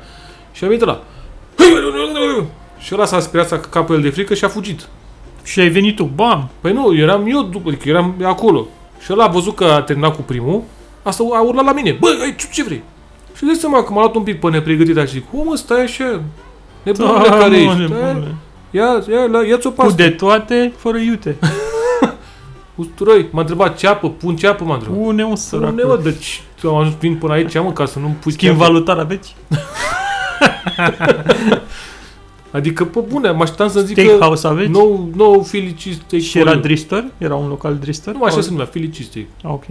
și a venit la. Și ăla s-a speriat, s-a capul el de frică și a fugit.
Și ai venit tu, bam!
Păi nu, eram eu după, adică eram acolo. Și ăla a văzut că a terminat cu primul, asta a urlat la mine. Bă, ai, tu ce vrei? Și de seama că m-a luat un pic pe nepregătit, așa zic, omă, stai așa, nebunule
Ah,
Da, care
mă,
ești, Da, stai,
nebune.
ia, ia, ia, ia-ți o
Cu
pastă.
de toate, fără iute.
Usturoi, m-a întrebat ceapă, pun ceapă, m-a întrebat.
Une o
Unde, mă,
săracul.
deci am ajuns prin până aici, mă, ca să nu-mi pui
Schimb
ceapă.
valutar aveți?
Adică, pe bune, mă așteptam să zic că
Steakhouse aveți?
nou, nou Philly cheesesteak.
deci? Și era
for you.
Drister? Era un local Drister?
Nu, așa se numea, Philly cheesesteak.
Ah, Ok.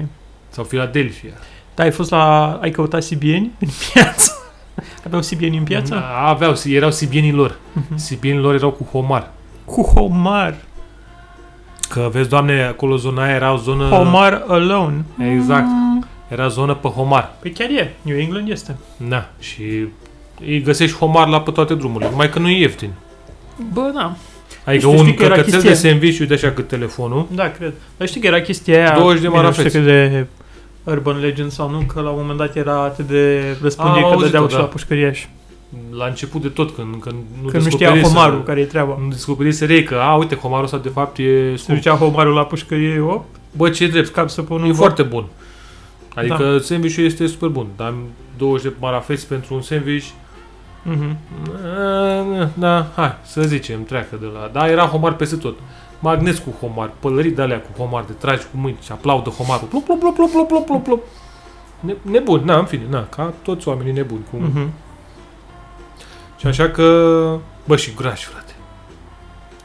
Sau Philadelphia.
Dar ai fost la... Ai căutat sibieni în piață? [laughs] Aveau sibieni în piață?
Da, Aveau, erau sibienii lor.
Mhm.
Sibienii lor erau cu homar.
Cu homar.
Că vezi, doamne, acolo zona aia era o zonă...
Homar alone.
Exact.
Mm.
Era zonă pe homar.
Păi chiar e. New England este.
Na, și îi găsești homar la pe toate drumurile, numai că nu e ieftin.
Bă, da.
Adică
Știi,
un
știi că era
căcățel de
chestia-
sandwich, uite așa cât telefonul.
Da, cred. Dar știi că era chestia aia...
20 de
bine, nu știu
marafeți.
cât de Urban Legend sau nu, că la un moment dat era atât de răspândit
Am
că
auzit-o,
dădeau și
da.
la pușcăriaș.
La început de tot, când, când nu,
Că nu știa
descoperise-
homarul care e treaba.
Nu descoperise rei că, a, uite, homarul ăsta de fapt e
Se
scump.
ducea homarul la pușcărie, op,
Bă, ce drept,
cap să pun
e
un foc.
foarte bun. Adică da. sandwich este super bun, dar 20 de marafeți pentru un sandwich
Mhm.
Da, Da, hai, să zicem, treacă de la... Da, era homar peste tot. Magnet cu homar, pălării de alea cu homar, de tragi cu mâini și aplaudă homarul. Plop, plop, plop, plop, plop, plop, plop, plop. Ne, nebun, na, în fine, na, ca toți oamenii nebuni. Cum. Mm-hmm.
Mhm.
Și așa că... Bă, și graș, frate.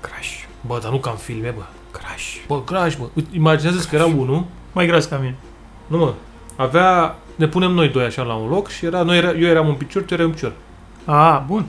Crash.
Bă, dar nu ca în filme, bă.
Crash.
Bă, graș, bă. Uite, Imaginează-ți că era unul,
Mai gras ca mine.
nu mă, avea... Ne punem noi doi așa la un loc și era, noi era, eu eram un picior, tu erai un picior.
A, bun.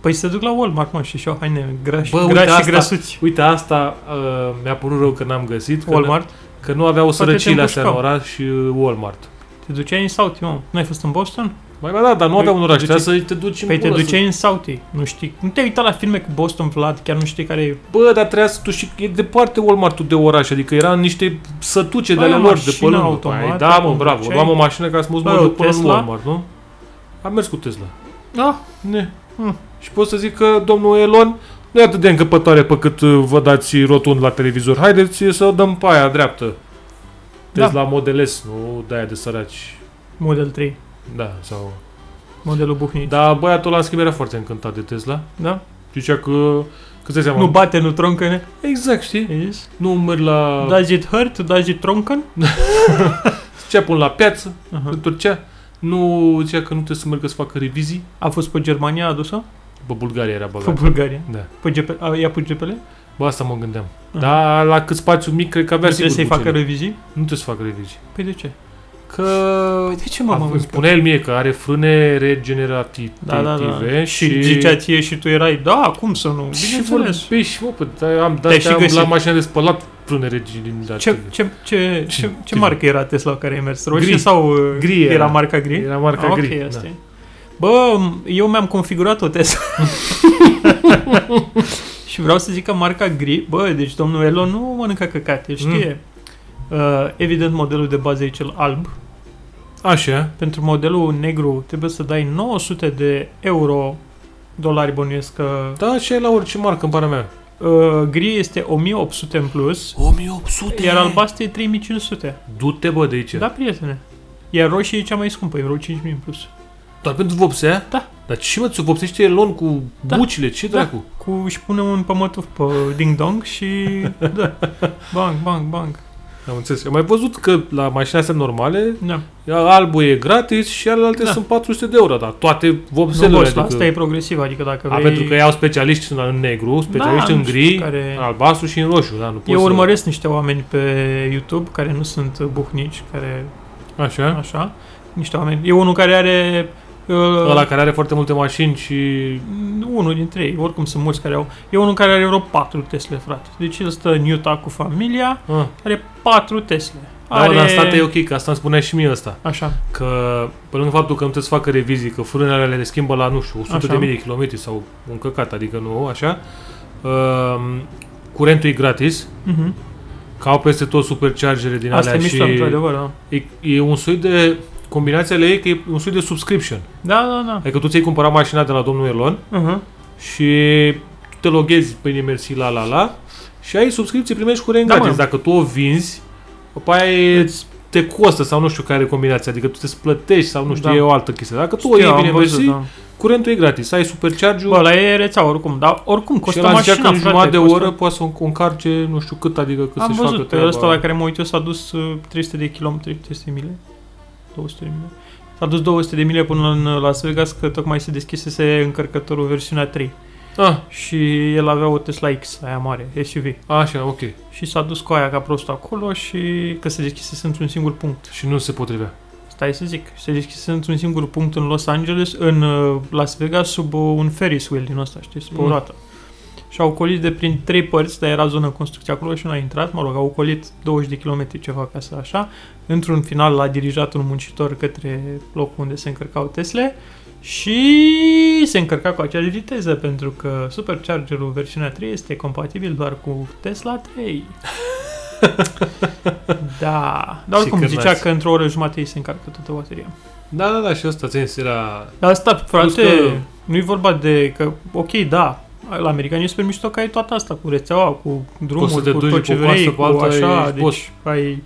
Păi să duc la Walmart, mă, și și-au haine grași,
Bă,
Bă,
uite
grași și
asta.
grăsuți.
Uite, asta uh, mi-a părut rău că n-am găsit. că
Walmart?
Că nu aveau
Poate te
sărăcile astea în
împușcau.
oraș și uh, Walmart.
Te duceai în Southie, mă. Nu ai fost în Boston?
Mai da, dar nu
Păi,
aveau un
te
oraș,
duceai-
trebuia să te duci în
Păi te
pulă,
duceai în Southie. Nu știi. Nu te-ai uitat la filme cu Boston, Vlad, chiar nu știi care e.
Să... Bă, dar trebuia să tu și... E departe Walmart-ul de oraș, adică era în niște sătuce de
Păi,
ale
o
lor de pe
mașină
lângă.
automată,
Păi, da, mă,
cum
bravo.
duceai.
Luam o mașină ca să mă
Bă, o
duc până în
Tesla?
Walmart, nu? Am mers cu Tesla.
Ah,
Ne. hm.
Hmm.
Și pot să zic că domnul Elon nu e atât de încăpătoare pe cât uh, vă dați rotund la televizor. Haideți uh, să o dăm pe aia dreaptă.
Da.
Tesla Model S, nu de aia de săraci.
Model 3.
Da, sau...
Modelul buhnit.
Dar băiatul ăla, în schimb, era foarte încântat de Tesla.
da?
Zicea că... Că îți dai seama...
Nu bate, nu troncăne.
exact, știi?
Yes.
Nu merg la... Da.
Does it hurt? Does it troncan?
Zicea pun la piață,
Aha.
în Turcia. Nu zicea că nu trebuie să mergă să facă revizii.
A fost pe Germania adusă?
Bă, Bulgaria era
Pe
băgat.
Bulgaria.
Da.
Pe GP, a, ea pe GPL?
Bă, asta mă gândeam.
Aha.
Dar la cât spațiu mic, cred că avea
Ah. Nu trebuie să-i
sigur
facă
bucele.
revizii?
Nu trebuie să facă revizii.
Păi de ce?
Că...
Păi de ce mă mă
Îmi spunea el mie că are frâne regenerative
Da, da, da. Și
și...
zicea ție și tu erai, da, cum să nu?
și
Bineînțeles.
vorbești, mă, pă, dar păi, am
Te-ai și
dat am
găsit.
la mașina de spălat frâne regenerative.
Ce, ce, ce, ce, ce
ce-
marcă era Tesla care ai mers? Roșie
Gri.
sau uh,
Gri era.
era marca gri?
Era marca
Ah,
gri. da.
Ok, asta e. Bă, m- eu mi-am configurat o Tesla. și vreau să zic că marca gri, bă, deci domnul Elon nu mănâncă căcate, știe. Uh, evident, modelul de bază e cel alb.
Așa.
Pentru modelul negru trebuie să dai 900 de euro dolari bănuiesc că
Da, așa e la orice marcă, în pana mea.
uh, gri este 1800 în plus,
1800!
iar albastru e 3500.
Du-te, bă, de aici.
Da, prietene. Iar roșie e cea mai scumpă, e vreo 5.000 în plus.
Doar pentru vopsea?
Da.
Dar ce, mă, ți-o vopsește Elon cu
Da.
bucile? Ce
Da.
dracu?
Cu își pune un pămătuf pe ding dong
[laughs]
și da. Bang, bang, bang.
Am înțeles. Am mai văzut că la mașina astea normale,
Da.
albul e gratis și alelalte
Da.
sunt 400 de euro, dar toate
Nu,
vopselele.
boss, asta e progresiv, adică dacă
adică- A,
vrei...
pentru că iau specialiști în, în negru, specialiști
Da,
în
nu știu
gri,
care-
în albastru și în roșu, da, nu poți
Eu
să-
urmăresc niște oameni pe YouTube care nu sunt buhnici, care...
Așa.
Așa. Niște oameni... E unul care are... Uh,
Ăla care are foarte multe mașini și...
Unul dintre ei, oricum sunt mulți care au... E unul care are vreo 4 Tesla, frate. Deci el stă în Utah cu familia,
Ah.
are 4 Tesla.
Are... Da, mă, dar în state e ok, că asta îmi spunea și mie asta.
Așa.
Că, pe lângă faptul că nu trebuie să facă revizii, că frânele alea le schimbă la, nu știu, 100
Așa.
de mii de kilometri sau un căcat, adică nu, așa, uh, curentul e gratis,
Mhm.
că au peste tot superchargere din
Asta e
alea
mișto,
și...
într-adevăr, da.
E, e un soi de... Combinația la ei că e un soi de subscription.
Da, da, da.
Adică tu ți-ai cumpărat mașina de la domnul Elon,
Uh-huh.
și tu te loghezi pe mersi la la la și ai subscripție, primești curent
Da,
da, gratis.
mă. Da.
Dacă tu o vinzi, după aia e- te costă sau nu știu care e combinația, adică tu te plătești sau nu știu,
Da.
da. e o altă chestie. Dacă tu o iei bine mersi, da. curentul e gratis, ai supercharge-ul
Bă, ăla e rețea oricum, dar oricum
și
costă
ăla zicea că
mașina,
în
frate,
jumătate de
costă-
oră poate să o încarce nu știu cât, adică cât
Am
să-și facă
văzut, pe
treaba.
ăsta la care mă uit eu s-a dus uh, 300 de kilometri, 300 de mile, 200 de mile. S-a dus 200 de mile până în uh, Las Vegas, că tocmai se deschisese încărcătorul versiunea 3.
Ah,
Și el avea o Tesla X, aia mare, SUV.
așa, ok.
Și s-a dus cu aia ca prost acolo și că se deschisese într-un singur punct.
Și nu se potrivea.
Stai să zic, se deschise într-un singur punct în Los Angeles, în uh, Las Vegas, sub uh, un ferris wheel din ăsta, știi, sub o
Mm.
roată. Și au colit de prin trei părți, dar era zonă în construcție acolo și nu a intrat, mă rog, au colit 20 de kilometri ceva ca să așa. Într-un final l-a dirijat un muncitor către locul unde se încărcau Tesle și se încărca cu aceeași viteză, pentru că Superchargerul versiunea 3 este compatibil doar cu Tesla
[laughs]
3. da, dar
Și
oricum
cârnați.
zicea că într-o oră jumătate îi se încarcă toată bateria.
Da, da, da, și ăsta ți era...
Dar asta, frate,
că-
nu e vorba de că, ok, da, la americani e super mișto că ai toată asta cu rețeaua, cu
Poți să
drumul,
te
cu
duci
tot
cu
ce
coastă
vrei,
pe
cu
alta,
așa,
ești
deci
boss.
ai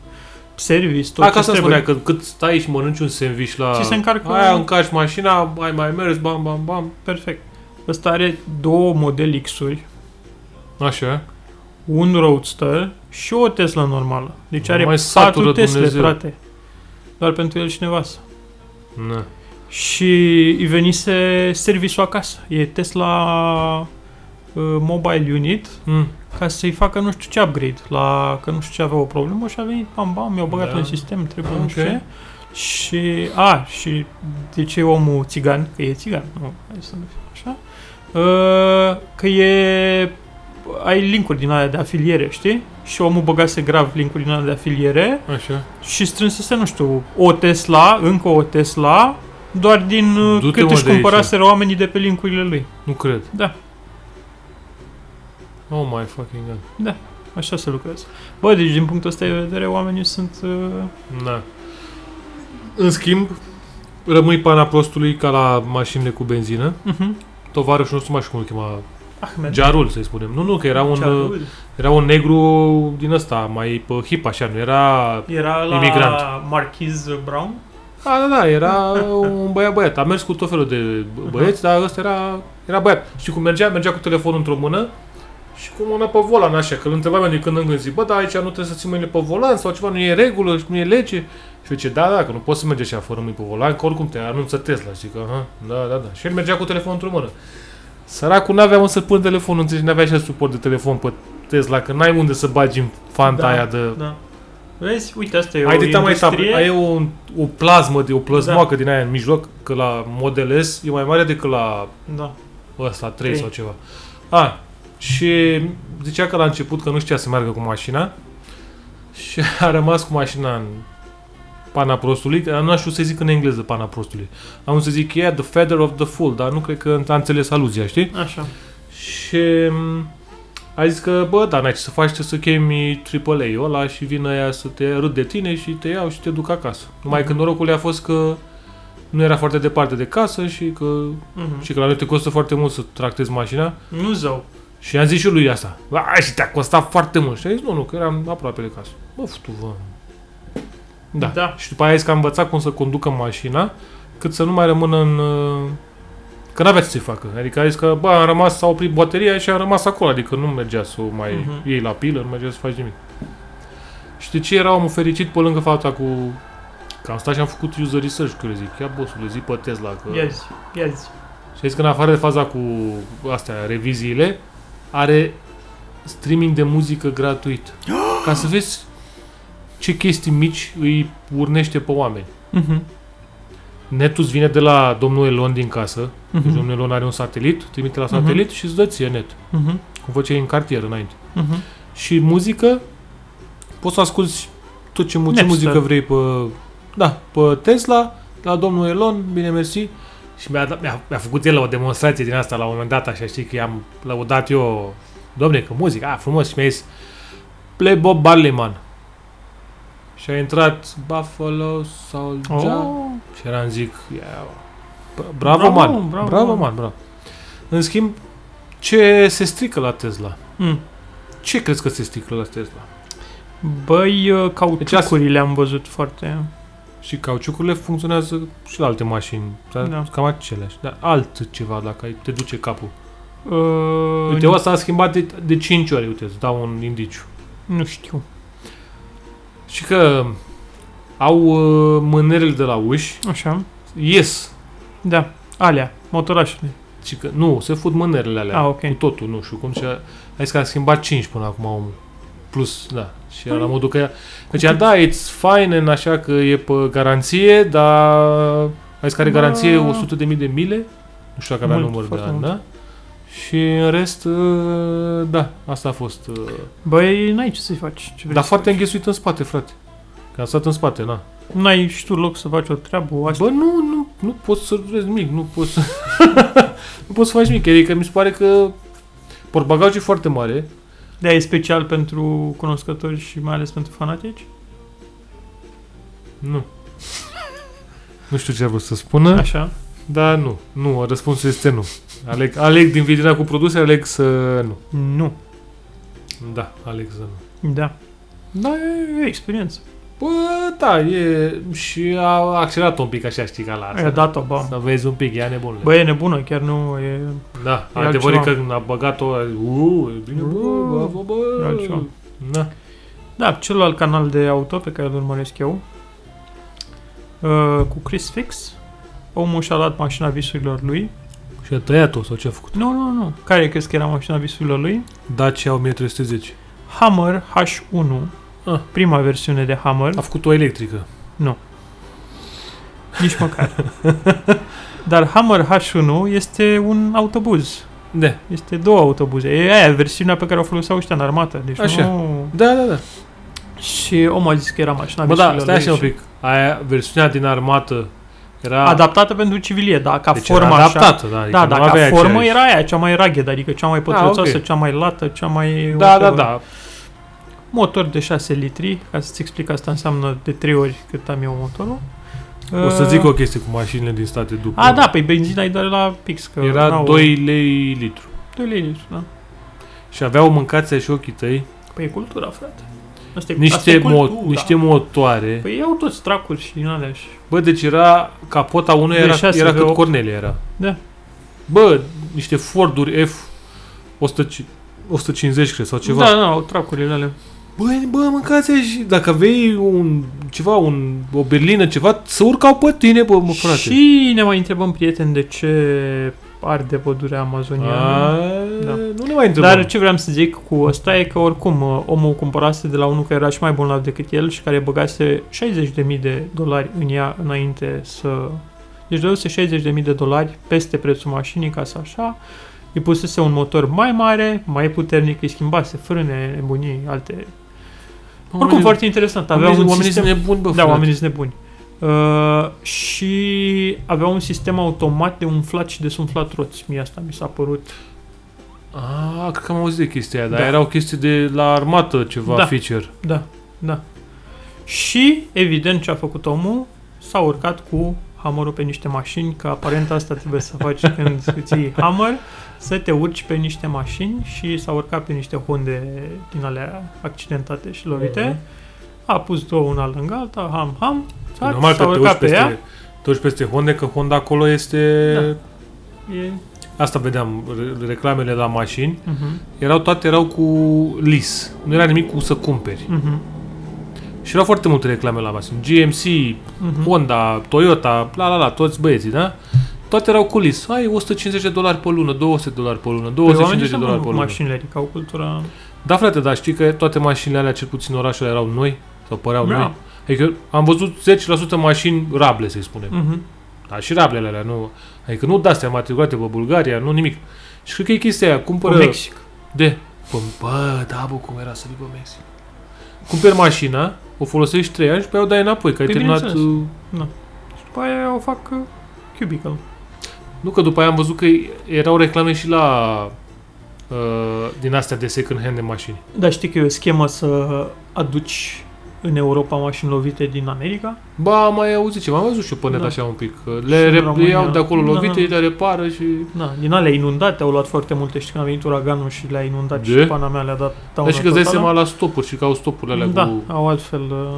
service, tot
A,
ce
ca să
trebuie.
spunea că cât stai și mănânci un sandwich la...
Ți se încarcă-
Aia încarci mașina, ai mai mers, bam, bam, bam.
Perfect. Ăsta are două model X-uri,
Așa.
un Roadster și o Tesla normală. Deci
Mă
are
mai
patru
satură
Tesle,
Dumnezeu.
frate. Doar pentru el și nevastă.
Na.
Și îi venise serviciul acasă. E Tesla uh, Mobile Unit,
Mm.
ca să-i facă nu știu ce upgrade, la, că nu știu ce avea o problemă și a venit, bam, bam, mi-au băgat
Da.
în sistem, trebuie nu știu
Ok.
ce. Și, a, și de ce e omul țigan, că e țigan, nu, hai să nu fim așa, Uh, că e, ai linkuri din alea de afiliere, știi? Și omul băgase grav linkuri din alea de afiliere
Așa.
și strânsese, nu știu, o Tesla, încă o Tesla, doar din uh,
Du-te,
cât
mă,
își
de aici.
cumpăraseră oamenii de pe linkurile lui.
Nu cred.
Da.
Oh my fucking god.
Așa se lucrează. Bă, deci din punctul ăsta de vedere, oamenii sunt... Uh,
Na. În schimb, rămâi pana prostului ca la mașinile cu benzină.
Mhm.
Tovarășul nostru, nu mai știu cum îl chema,
Ahmed.
Jarul, să-i spunem. Nu, nu, că era un, uh,
Jarul.
era un negru din ăsta, mai pe hip așa, nu era...
Era la
Imigrant.
Marquise Brown?
Da, da, da, era un băiat-băiat. A mers cu tot felul de băieți, dar ăsta era, era băiat. Și cum mergea, mergea cu telefonul într-o mână și cu mâna pe volan, așa, că îl întreba din când în când, zic, bă, da, aici nu trebuie să ții mâinile pe volan sau ceva, nu e regulă, nu e lege. Și eu zice, da, da, că nu poți să mergi așa fără mâini pe volan, că oricum te anunță Tesla. Și că, aha, da, da, da. Și el mergea cu telefonul într-o mână. Săracul n-avea unde să pun telefonul, înțelegi, n-avea așa suport de telefon pe Tesla, că n-ai unde să bagi în fanta
Da.
da. aia de...
Da. Vezi, uite, asta e
Ai
o
dita mai etapă.
industrie.
Ai o, o plasmă, de, o plăzmoacă da. din aia în mijloc, că la Model S e mai mare decât la
Da.
ăsta 3,
Trei.
sau ceva. A, și zicea că la început că nu știa să meargă cu mașina și [laughs] a rămas cu mașina în pana prostului, că nu știu să zic în engleză pana prostului. Am să zic, yeah, the feather of the fool, dar nu cred că a înțeles aluzia, știi?
Așa.
Și m, a zis că, bă, dar n-ai ce să faci, trebuie să chemi AAA-ul ăla și vin aia să te râd de tine și te iau și te duc acasă. Numai
Mhm.
că norocul a fost că nu era foarte departe de casă și că,
Mhm.
și că la noi te costă foarte mult să tractezi mașina.
Nu zău.
Și am zis și lui asta. Ai, și te-a costat foarte mult. Și a zis, nu, nu, că eram aproape de casă. Bă, tu, vă. Da.
Da.
Și după aia a zis că a învățat cum să conducă mașina, cât să nu mai rămână în... uh, Că n-avea ce să-i facă. Adică a zis că, bă, a rămas, s-a oprit bateria și a rămas acolo. Adică nu mergea să o mai
Mhm.
uh-huh. iei la pilă, nu mergea să faci nimic. Și de ce era omul fericit pe lângă fapta cu... Că am stat și am făcut user research, că le zic, ia bossule, zi pe Tesla, că...
Ia zi, ia zi.
Și zic că în afară de faza cu astea, reviziile, are streaming de muzică gratuit. Ca să vezi ce chestii mici îi urnește pe oameni. Mhm. Netul îți vine de la domnul Elon din casă. Deci domnul Elon are un satelit, trimite la
Mhm.
satelit și îți dă ție net. Cum făceai în cartier înainte.
Mhm.
Și muzică, poți să asculti tot ce, mu- ce
Napster.
muzică vrei pe, da, pe Tesla, la domnul Elon, bine mersi. Și mi-a, dat- mi-a, mi-a făcut el o demonstrație din asta la un moment dat, așa știi, că i-am lăudat eu, domne, că muzică, a, frumos, și mi-a zis, play Bob Barleyman. Și a intrat Buffalo Soldier. Oh.
Oh.
Și eram zic, ia, b- bravo,
Bravo,
man,
bravo,
bravo, bravo
man.
man, bravo. În schimb, ce se strică la Tesla?
Mm.
Ce crezi că se strică la Tesla?
Băi, uh,
asta-
cauciucurile am văzut foarte...
Și cauciucurile funcționează și la alte mașini, dar
Da.
da. cam aceleași. Dar altceva dacă ai- te duce capul.
Uh,
Uite, asta a schimbat de, de 5 ori, uite, îți dau un indiciu.
Nu știu.
Și că au uh, mânerele de la uși,
Așa.
ies.
Da. Alea. Motorașele.
Și că, nu, se fut mânerele alea.
Ah, ok.
Cu totul, nu știu cum. Și a, hai că a schimbat 5 până acum omul. Plus, da. Și
Păi-
era la modul că ea... Că zicea, da, it's fine, and așa că e pe garanție, dar... Hai că are
Da.
garanție 100.000 de mile. Nu știu dacă avea
Mult,
număr de
foarte
ani,
mult.
da? Și în rest, uh, da, asta a fost. uh,
Băi, n-ai ce să-i faci. Ce vrei
Dar
să
foarte
faci.
înghesuit în spate, frate. Că am stat în spate, na.
N-ai și tu loc să faci o treabă. Asta.
Bă, nu, nu, nu pot să vezi nimic, nu pot să... [laughs] nu pot să faci nimic, adică mi se pare că portbagajul e foarte mare.
de e special pentru cunoscători și mai ales pentru fanatici.
Nu. nu știu ce a vrut să spună,
Așa.
dar nu, nu, răspunsul este nu. Aleg, aleg din vitrina cu produse, aleg să nu.
Nu.
Da, aleg să nu.
Da. Da, e, e experiență.
Bă, da, e... și a accelerat un pic așa, știi, ca la
Ai dat-o, bă.
Să vezi un pic, ea nebunule.
Bă, e nebună, chiar nu e...
Da,
E
adevărul e că
altceva.
când a băgat-o, a zis, uuu, e bine,
Uuu,
bă, bravo,
e
bă,
altceva.
Da.
Da, celălalt canal de auto pe care îl urmăresc eu, uh, cu Chris Fix, omul și-a luat mașina visurilor lui.
Și a tăiat-o sau ce a făcut?
Nu, nu, nu. Care crezi că era mașina visurilor lui?
Dacia 1310.
Hammer H1,
Ah.
prima versiune de Hammer,
A făcut o electrică.
nici măcar. Dar Hammer H1 este un autobuz.
Da.
Este două autobuze. E aia versiunea pe care o foloseau ăștia în armată. Deci
Așa.
Nu...
Da, da, da.
Și omul a zis că era mașina deci
Bă, da,
visurilor
stai
lui
așa un
și-
pic. Aia, versiunea din armată era...
Adaptată pentru civilie, da, ca
deci
formă
era
așa.
adaptată, da. Adică
Da,
nu
da,
avea
ca formă
aceeași-
era aia cea mai raghedă, adică cea mai pătrățoasă,
ok.
cea mai lată, cea mai...
Da, da,
whatever.
da.
Motor de 6 litri, ca să-ți explic asta înseamnă de 3 ori cât am eu motorul. Uh,
O să zic o chestie cu mașinile din state după.
A, da, păi benzina e doar la pix, că
Era
n-au-
2 lei litru.
2 lei, da.
Și aveau mâncația și ochii tăi
Păi e cultura, frate. Asta e, asta
niște,
e
mo-
cultura.
niște motoare.
Păi iau toți tracuri și din alea și...
Bă, deci era capota unui
De
era,
Deci șase,
era
de
cât
opt.
Cornelia era.
Da.
Bă, niște Forduri F 150, 150 cred, sau ceva.
Da, da, au tracurile alea.
Bă, bă, mâncați și dacă vei un, ceva, un, o berlină, ceva, să urcau pe tine, bă, mă, frate.
Și ne mai întrebăm, prieteni, de ce arde pădurea amazoniană.
A,
Da.
Nu ne mai întrebăm.
Dar ce vreau să zic cu asta e că oricum uh, omul cumpărase de la unul care era și mai bolnav decât el și care băgase 60.000 de dolari în ea înainte să... Deci dăduse 60.000 de dolari peste prețul mașinii ca să așa. Îi pusese un motor mai mare, mai puternic, îi schimbase frâne, nebunii, alte...
Bă,
Oricum foarte interesant. Avea
oamenii,
un
oamenii
sistem...
sunt nebuni, bă,
Da,
frate.
oamenii sunt nebuni. Uh, și avea un sistem automat de umflat și desumflat roți. Mie asta mi s-a părut.
A, cred că am auzit de chestia aia, dar
Da.
era o chestie de la armată ceva
Da.
feature.
Da, da. Și, evident, ce a făcut omul, s-a urcat cu hammerul pe niște mașini, că aparent asta trebuie să faci
[laughs]
când îți iei hammer, să te urci pe niște mașini și s-a urcat pe niște honde din alea accidentate și lovite.
Mhm.
A pus două una lângă alta, ham, ham,
Că
țac,
Păi Normal
s-a
că te urci
urcat pe ea.
peste, te urci peste Honda, că Honda acolo este...
Da. E...
Asta vedeam, re- reclamele la mașini.
Uh-huh,
Erau toate, erau cu lis. Nu era nimic cu să cumperi.
uh-huh,
Și erau foarte multe reclame la mașini. GMC,
uh-huh.
Mm-hmm. Honda, Toyota, la la la, toți băieții, da? Toate erau cu lis. Ai 150 de dolari pe lună, 200 de dolari pe lună,
Păi
250 de dolari
oamenii sunt
pe
cu
lună.
mașinile, adică au cultura...
Da, frate, dar știi că toate mașinile alea, cel puțin orașele, erau noi? Sau păreau
Da.
noi? Adică am văzut 10% mașini rable, să-i spunem.
Uh-huh.
Da, și rablele alea, nu... Adică nu de-astea matriculate pe Bulgaria, nu nimic. Și cred că e chestia aia, cumpără...
Cu Mexic.
De. Bă, bă, da, bă, cum era să vii pe Mexic. Cumperi mașina, o folosești 3 ani și pe aia o dai înapoi, că ai
Păi,
terminat...
bineînțeles.
uh,
Și după aia o fac uh, cubicle.
Nu, că după aia am văzut că erau reclame și la... Uh, din astea de second hand de mașini.
Dar știi că e o schemă să aduci în Europa mașini lovite din America?
Ba, am mai auzit ceva, am văzut și eu pe net
Da.
așa un pic. că
Și
Le,
în
re- le
România.
iau de acolo
Da,
lovite,
da.
le repară și...
Da, din alea inundate au luat foarte multe. Știi când a venit uraganul și le-a inundat
De?
și pana mea le-a dat
Dar
daună
și că îți dai
totală?
seama la stopuri și că au stopurile alea
Da,
cu...
au altfel... uh,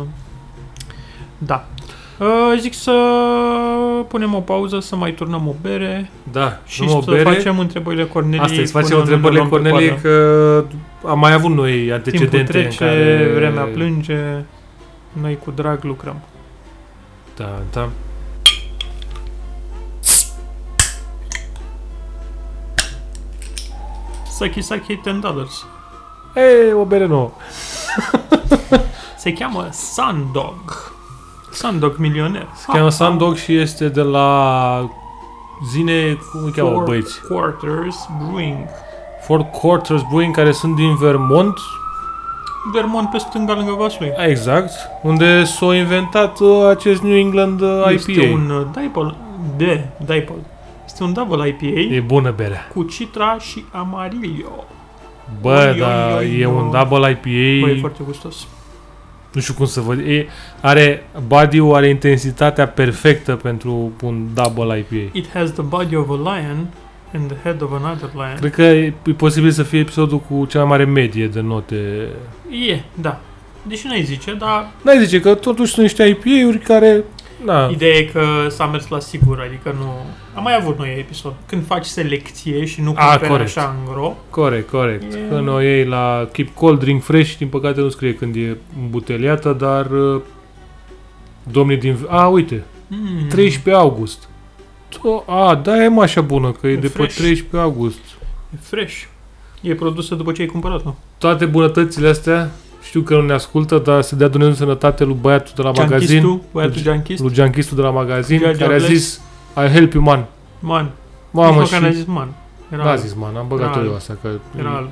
Da. Uh, Zic să punem o pauză, să mai turnăm o bere
Da,
și
nu mă
să
bere.
facem întrebările Corneliei.
Asta îți
până
facem
nu ne
întrebările
luăm pe
Cornelie
coadă.
că am mai avut noi
Timpul
antecedente
trece,
în care...
vremea plânge, noi cu drag lucrăm.
Da, da.
Saki Saki Ten Dollars.
Ei, o bere nouă.
Se cheamă Sundog. Sundog milioner.
Se cheamă Sandog și este de la Zine, cum îi cheamă băieți?
Quarters Brewing.
Four Quarters Brewing, care sunt din Vermont,
Vermont pe stânga lângă vasului.
Ah, exact, unde s-a inventat uh, acest New England uh,
Este
IPA.
un uh, double, de double. Este un double IPA
E bună berea.
cu citra și amarillo.
Bă,
Oi,
da,
oi, oi,
e
oi.
un double IPA.
Băi, e foarte gustos.
nu știu cum să văd. E, are body are intensitatea perfectă pentru un double IPA.
It has the body of a lion and the head of another lion.
Cred că e, e posibil să fie episodul cu cea mai mare medie de note.
E, da. Deși n-ai zice, dar
N-ai zice că totuși sunt niște IPA-uri care... Na,
Ideea e că s-a mers la sigur, adică nu... Am mai avut noi episod. Când faci selecție și nu
A,
cumperi
Ah, corect.
așa în gro,
corect, corect.
E-
Când o iei la Keep Cold, Drink Fresh, din păcate nu scrie când e îmbuteliată, dar uh, domnii din... A, uite,
mm,
13 august. To- a, da, e mai așa bună, că e,
E
de
fresh.
pe 13 august.
e fresh. E produsă după ce ai cumpărat, nu?
Toate bunătățile astea, știu că nu ne ascultă, dar să dea Dumnezeu sănătate lui băiatul de la magazin. deci,
Junkistul, băiatul Junkist,
lui Gianchistul de la magazin,
Gheorghe
care a
Orleș.
zis I help you, man.
man.
Mamă,
Nici măcar n-a
și...
zis man. Era,
Da, a
alb.
zis, man, am băgat
Era
eu
alb.
asta, că...
era alb.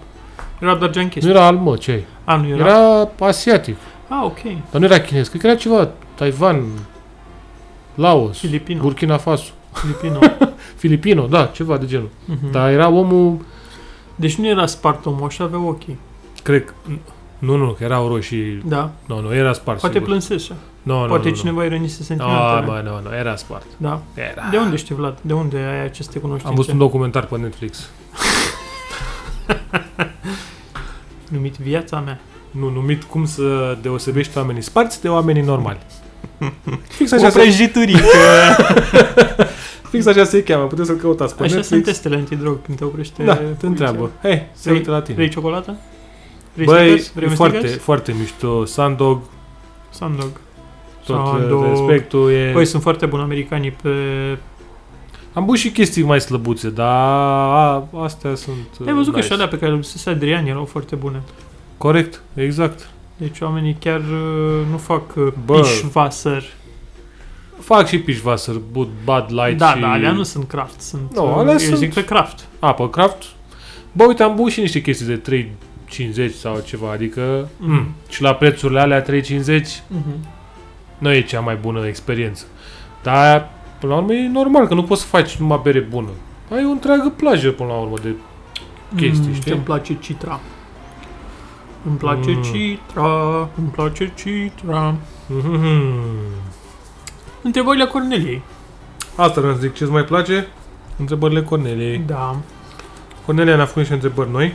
Era doar Junkist.
Nu era alb, mă, ce ai?
A, nu era?
Era asiatic,
Ah, ok.
dar nu era chinez. Cred că era ceva, Taiwan, Laos,
Filipino.
Burkina Faso, [laughs]
Filipino.
Filipino, da, ceva de genul.
Mhm.
Dar era omul,
Deci nu era spart omul, așa avea ochii.
cred, că- nu, nu, că erau roșii,
Da.
nu, nu, era spart.
Poate
sigur.
plânsese.
Nu, nu,
Poate
nu, Ah,
cineva da. îi rănise
Nu, a,
sentimentele.
bă, nu, nu, era spart.
Da.
Era.
De unde știi, Vlad? De unde ai aceste
Am văzut
cunoștințe?
un documentar pe Netflix.
Numit Viața mea.
nu numit cum să deosebești oamenii sparți de oamenii
[laughs]
normali. Fix
Cu
așa, se,
prăjituri, că
fix așa se cheamă, puteți să-l căutați pe
Așa
Netflix.
sunt testele antidrog când te oprește
Da, te
poliția.
întreabă. Hei, se
Vrei-
uită la tine.
Vrei ciocolată? Vrei
Băi,
Snickers?
e
Vrei un
foarte,
Snickers?
foarte mișto. Sundog,
Sundog.
tot
Sundog.
Sando... respectul e...
Băi, sunt foarte buni americanii pe...
Păi, Am bun și chestii mai slăbuțe, dar a, astea sunt uh,
Ai văzut că
nice.
și alea pe care le obsese Adrian erau foarte bune.
Corect, exact.
Deci oamenii chiar uh, nu fac uh,
Bă.
pișvasăr.
Fac și pișvasăr, Bud, Bud Light
Da,
și
da, alea nu sunt craft. Sunt,
Nu,
uh,
alea
eu
sunt-
zic pe craft.
apă craft. Bă, uite, am bun și niște chestii de 3,50 sau ceva, adică... Mm. Și la prețurile alea 3,50
Mhm.
nu e cea mai bună experiență. Dar, până la urmă, e normal că nu poți să faci numai bere bună. Ai o întreagă plajă, până la urmă, de... Chestii,
Mm,
știi?
Îmi place citra. Îmi place
Mm.
citra, îmi place citra.
Mhm.
Întrebările Corneliei.
Asta vreau să zic, ce-ți mai place? Întrebările Corneliei.
Da.
Cornelia ne-a făcut niște întrebări noi.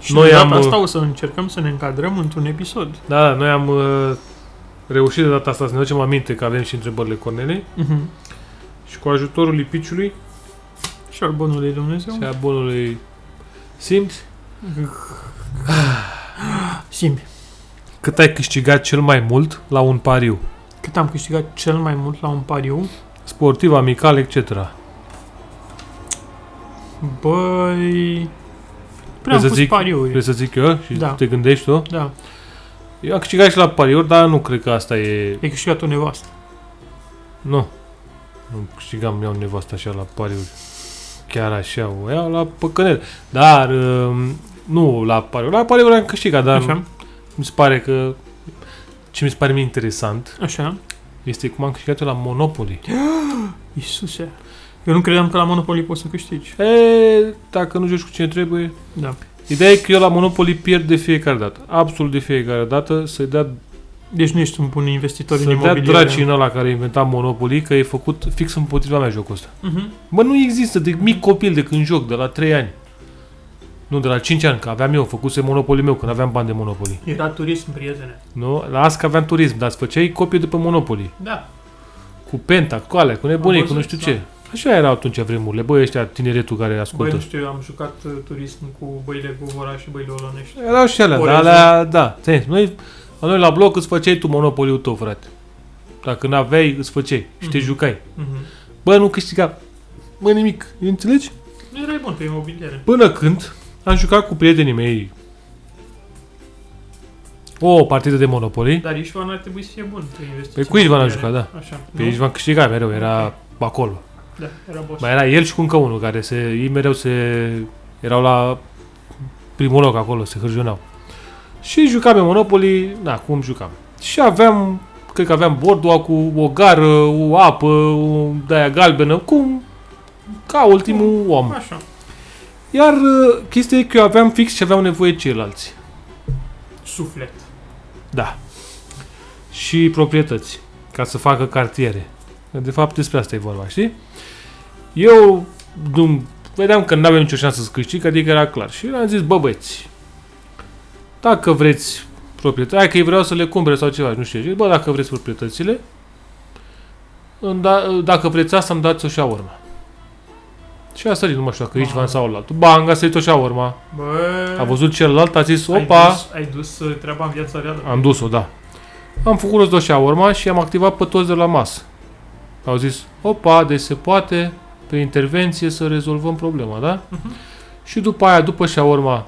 Și
Noi
Noi
am,
am...
uh,
asta o să încercăm să ne încadrăm într-un episod.
Da, da, noi am uh, reușit de data asta să ne ducem aminte că avem și întrebările Cornelei
Mm-hmm.
și cu ajutorul lipiciului
Șarbonul lui Dumnezeu.
și a bonului simț
[sighs] Simbi.
cât ai câștigat cel mai mult la un pariu,
Cât am câștigat cel mai mult la un pariu?
sportiv, amical, etc.
Băi...
Vrei
Prea am
să
pus
zic-
pariuri.
Vrei să zic eu și
Da.
da. te gândești tu?
Da.
Eu am câștigat și la pariuri, dar nu cred că asta e...
Ai câștigat o nevastă.
Nu. Nu câștigam eu nevastă așa la pariuri. Chiar așa, o iau la păcănel. Dar... um, nu la pariuri. La pariuri am câștigat, dar
Așa?
mi se pare că... Ce mi se pare mie interesant
Așa?
este cum am câștigat eu la Monopoly.
Iisuse. Eu nu credeam că la Monopoly poți să câștigi.
E, dacă nu joci cu cine trebuie...
Da.
Ideea e că eu la Monopoly pierd de fiecare dată. Absolut de fiecare dată să-i dea,
Deci nu ești un bun investitor în
să-i dea
imobiliare.
dracii în ăla care a inventat Monopoly că e făcut fix împotriva mea jocul ăsta.
Mhm.
Bă, nu există de mic copil de când joc, de la 3 ani. Nu, de la 5 ani, că aveam eu, făcuse Monopoly meu, când aveam bani de Monopoly.
Era turism, prietene.
Nu? La asta că aveam turism, dar îți făceai copii de pe Monopoly.
Da.
Cu penta, cu alea, cu nebunii,
Am
cu nu
văzut, da.
știu ce. Așa erau atunci vremurile, bă, ăștia tineretul care
Băi,
ascultă.
nu știu, eu am jucat uh, turism cu băile Govora și băile Olonești.
Erau și alea, dar
Orezul.
alea, da, ține, noi, la noi la bloc îți făceai tu monopoliul tău, frate. Dacă n-aveai, îți făceai și te
Mhm.
jucai.
Mhm.
Bă, nu câștiga. Bă, nimic, înțelegi?
Nu erai bun pe imobiliare.
Până când am jucat cu prietenii mei o partidă de Monopoly.
Dar Ișvan ar trebui să fie bun pe investiții.
Pe Păi cu Ișvan am
imobiliare.
jucat, da.
Așa.
Pe
nu?
aici v-am câștigat mereu, era acolo.
Da, era boss.
Mai era el și cu încă unul care se, ei mereu se, erau la primul loc acolo, se hârjunau. Și jucam pe Monopoly, na, cum jucam. Și aveam, cred că aveam bordul cu o gară, o apă, o de-aia galbenă, cum ca ultimul om.
Așa.
Iar uh, chestia e că eu aveam fix ce aveau nevoie ceilalți.
Suflet.
Da. Și proprietăți, ca să facă cartiere. De fapt, despre asta e vorba, știi? Eu dum, vedeam că nu aveam nicio șansă să câștig, adică era clar. Și am zis, bă băieți, dacă vreți proprietăți, hai că eu vreau să le cumpere sau ceva, nu știu ce, bă, dacă vreți proprietățile, îmi da, dacă vreți asta, îmi dați o șaurma. Și a sărit, nu mai știu dacă
Mamă.
aici van sau la altul. Bang, a sărit o șaurma.
Bă.
A văzut celălalt, a zis, opa,
Ai dus, ai dus uh, treaba în viața reală.
am dus-o, da. Am făcut rost de o șaurma și am activat pe toți de la masă. Au zis, opa, deci se poate pe intervenție să rezolvăm problema, da?
Mhm.
Și după aia, după șaurma,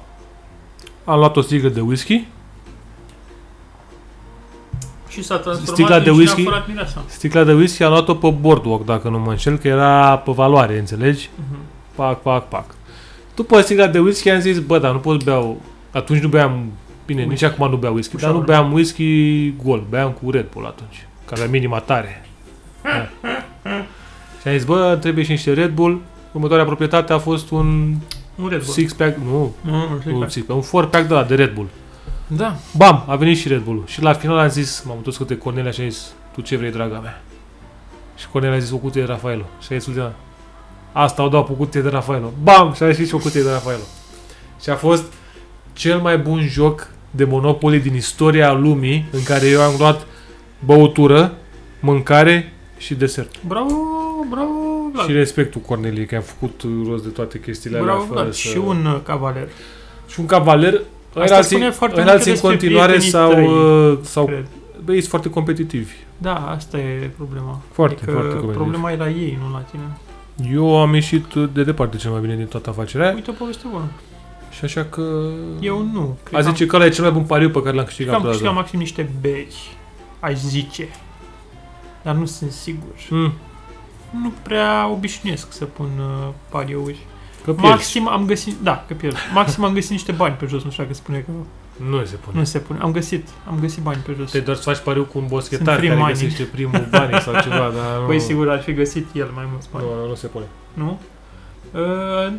am luat o sticlă de whisky.
Și s-a transformat
Sticla
în
de
cine
whisky?
a furat mireasa.
Sticla de whisky am luat-o pe boardwalk, dacă nu mă înșel, că era pe valoare, înțelegi?
Mhm.
Pac, pac, pac. După sticla de whisky am zis, bă, dar nu pot bea... Atunci nu beam... Bine,
Whisky.
nici acum nu beau whisky,
Cu
dar nu
șaurma.
beam whisky gol, beam cu Red Bull atunci, că aveam inima
[laughs]
tare. Da. Și am zis, bă, trebuie și niște Red Bull. Următoarea proprietate a fost un
Un Red Bull.
six-pack, nu,
Nu, un Red
nu
Bull.
six-pack, un four-pack de la, de Red Bull.
Da.
Bam, a venit și Red Bull-ul. Și la final am zis, m-am dus către Cornelia și am zis, tu ce vrei, draga mea? Și Cornelia a zis, o cutie de Rafaelo. Și a zis, ultima, asta o dau pe o cutie de Rafaelo. Bam, și a zis și o cutie de Rafaelo. Și a fost cel mai bun joc de Monopoly din istoria lumii în care eu am luat băutură, mâncare și desert.
Bravo, bravo, Vlad.
Și respectul Cornelie, că am făcut rost de toate chestiile
bravo,
alea fără
Vlad.
să...
Și un uh, cavaler.
și un cavaler.
Asta
Ăla ți-
spune foarte
ăla
multe
ți în
despre
continuare
prietenii
sau,
tăi,
uh, sau
Cred.
băi, sunt foarte competitivi.
Da, asta e problema.
Foarte,
Adică
foarte competitiv.
problema e la ei, nu la tine.
Eu am ieșit uh, de departe cel mai bine din toată afacerea aia
Uite o poveste bună.
și așa că...
Eu nu.
A zice că ăla e cel mai bun pariu pe care l-am
că
câștigat.
am
până la
câștigat
asta.
maxim niște beci. Aș zice. Dar nu sunt sigur.
Mm,
Nu prea obișnuiesc să pun uh, pariouri.
că pierzi.
Maxim am găsit... Da, că pierd. Maxim am găsit niște bani pe jos. Nu știu dacă spune că
Nu se pune.
nu se pune. Am găsit. Am găsit bani pe jos.
Te doar să faci pariu cu un boschetar
free
care
money.
găsește primul bani
[laughs]
sau ceva, dar nu,
Păi sigur ar fi găsit el mai mulți bani.
nu, nu, nu se pune.
Nu? Uh,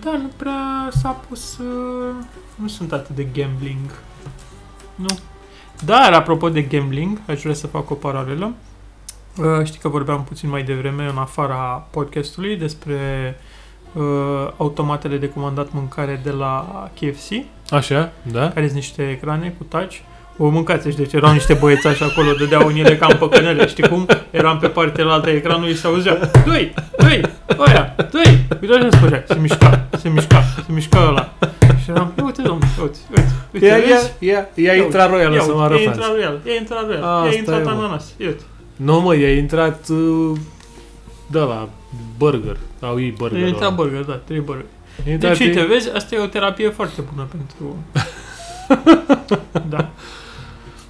da, nu prea s-a pus... Uh, nu sunt atât de gambling. Nu. Dar, apropo de gambling, aș vrea să fac o paralelă. Uh, știi că vorbeam puțin mai devreme, în afara podcastului, despre uh, automatele de comandat mâncare de la KFC,
Așa, da?
care sunt niște ecrane cu taci. O mâncați, deci erau niște băiețași acolo, dădeau în ele ca în păcănele, știi cum? Eram pe partea la alta a ecranului și se auzea Doi, doi, oia, doi Uite așa se făcea, se mișca, se mișca, se mișca ăla Și eram, ia uite domnule, ia uite, uite, uite,
Ia, ia,
vezi?
ia, ia intra Royal
Ia
să mă
uite,
arăt
E
azi.
intrat royal, e intrat royal,
Asta
e
e,
intrat
mă.
ananas, ia uite
Nu mă, i-a intrat uh, da la burger. Au ei burger.
E
ăla.
intrat burger, da, trei burger
E intrat
Deci
ei-
uite, vezi, asta e o terapie foarte bună pentru...
[laughs]
Da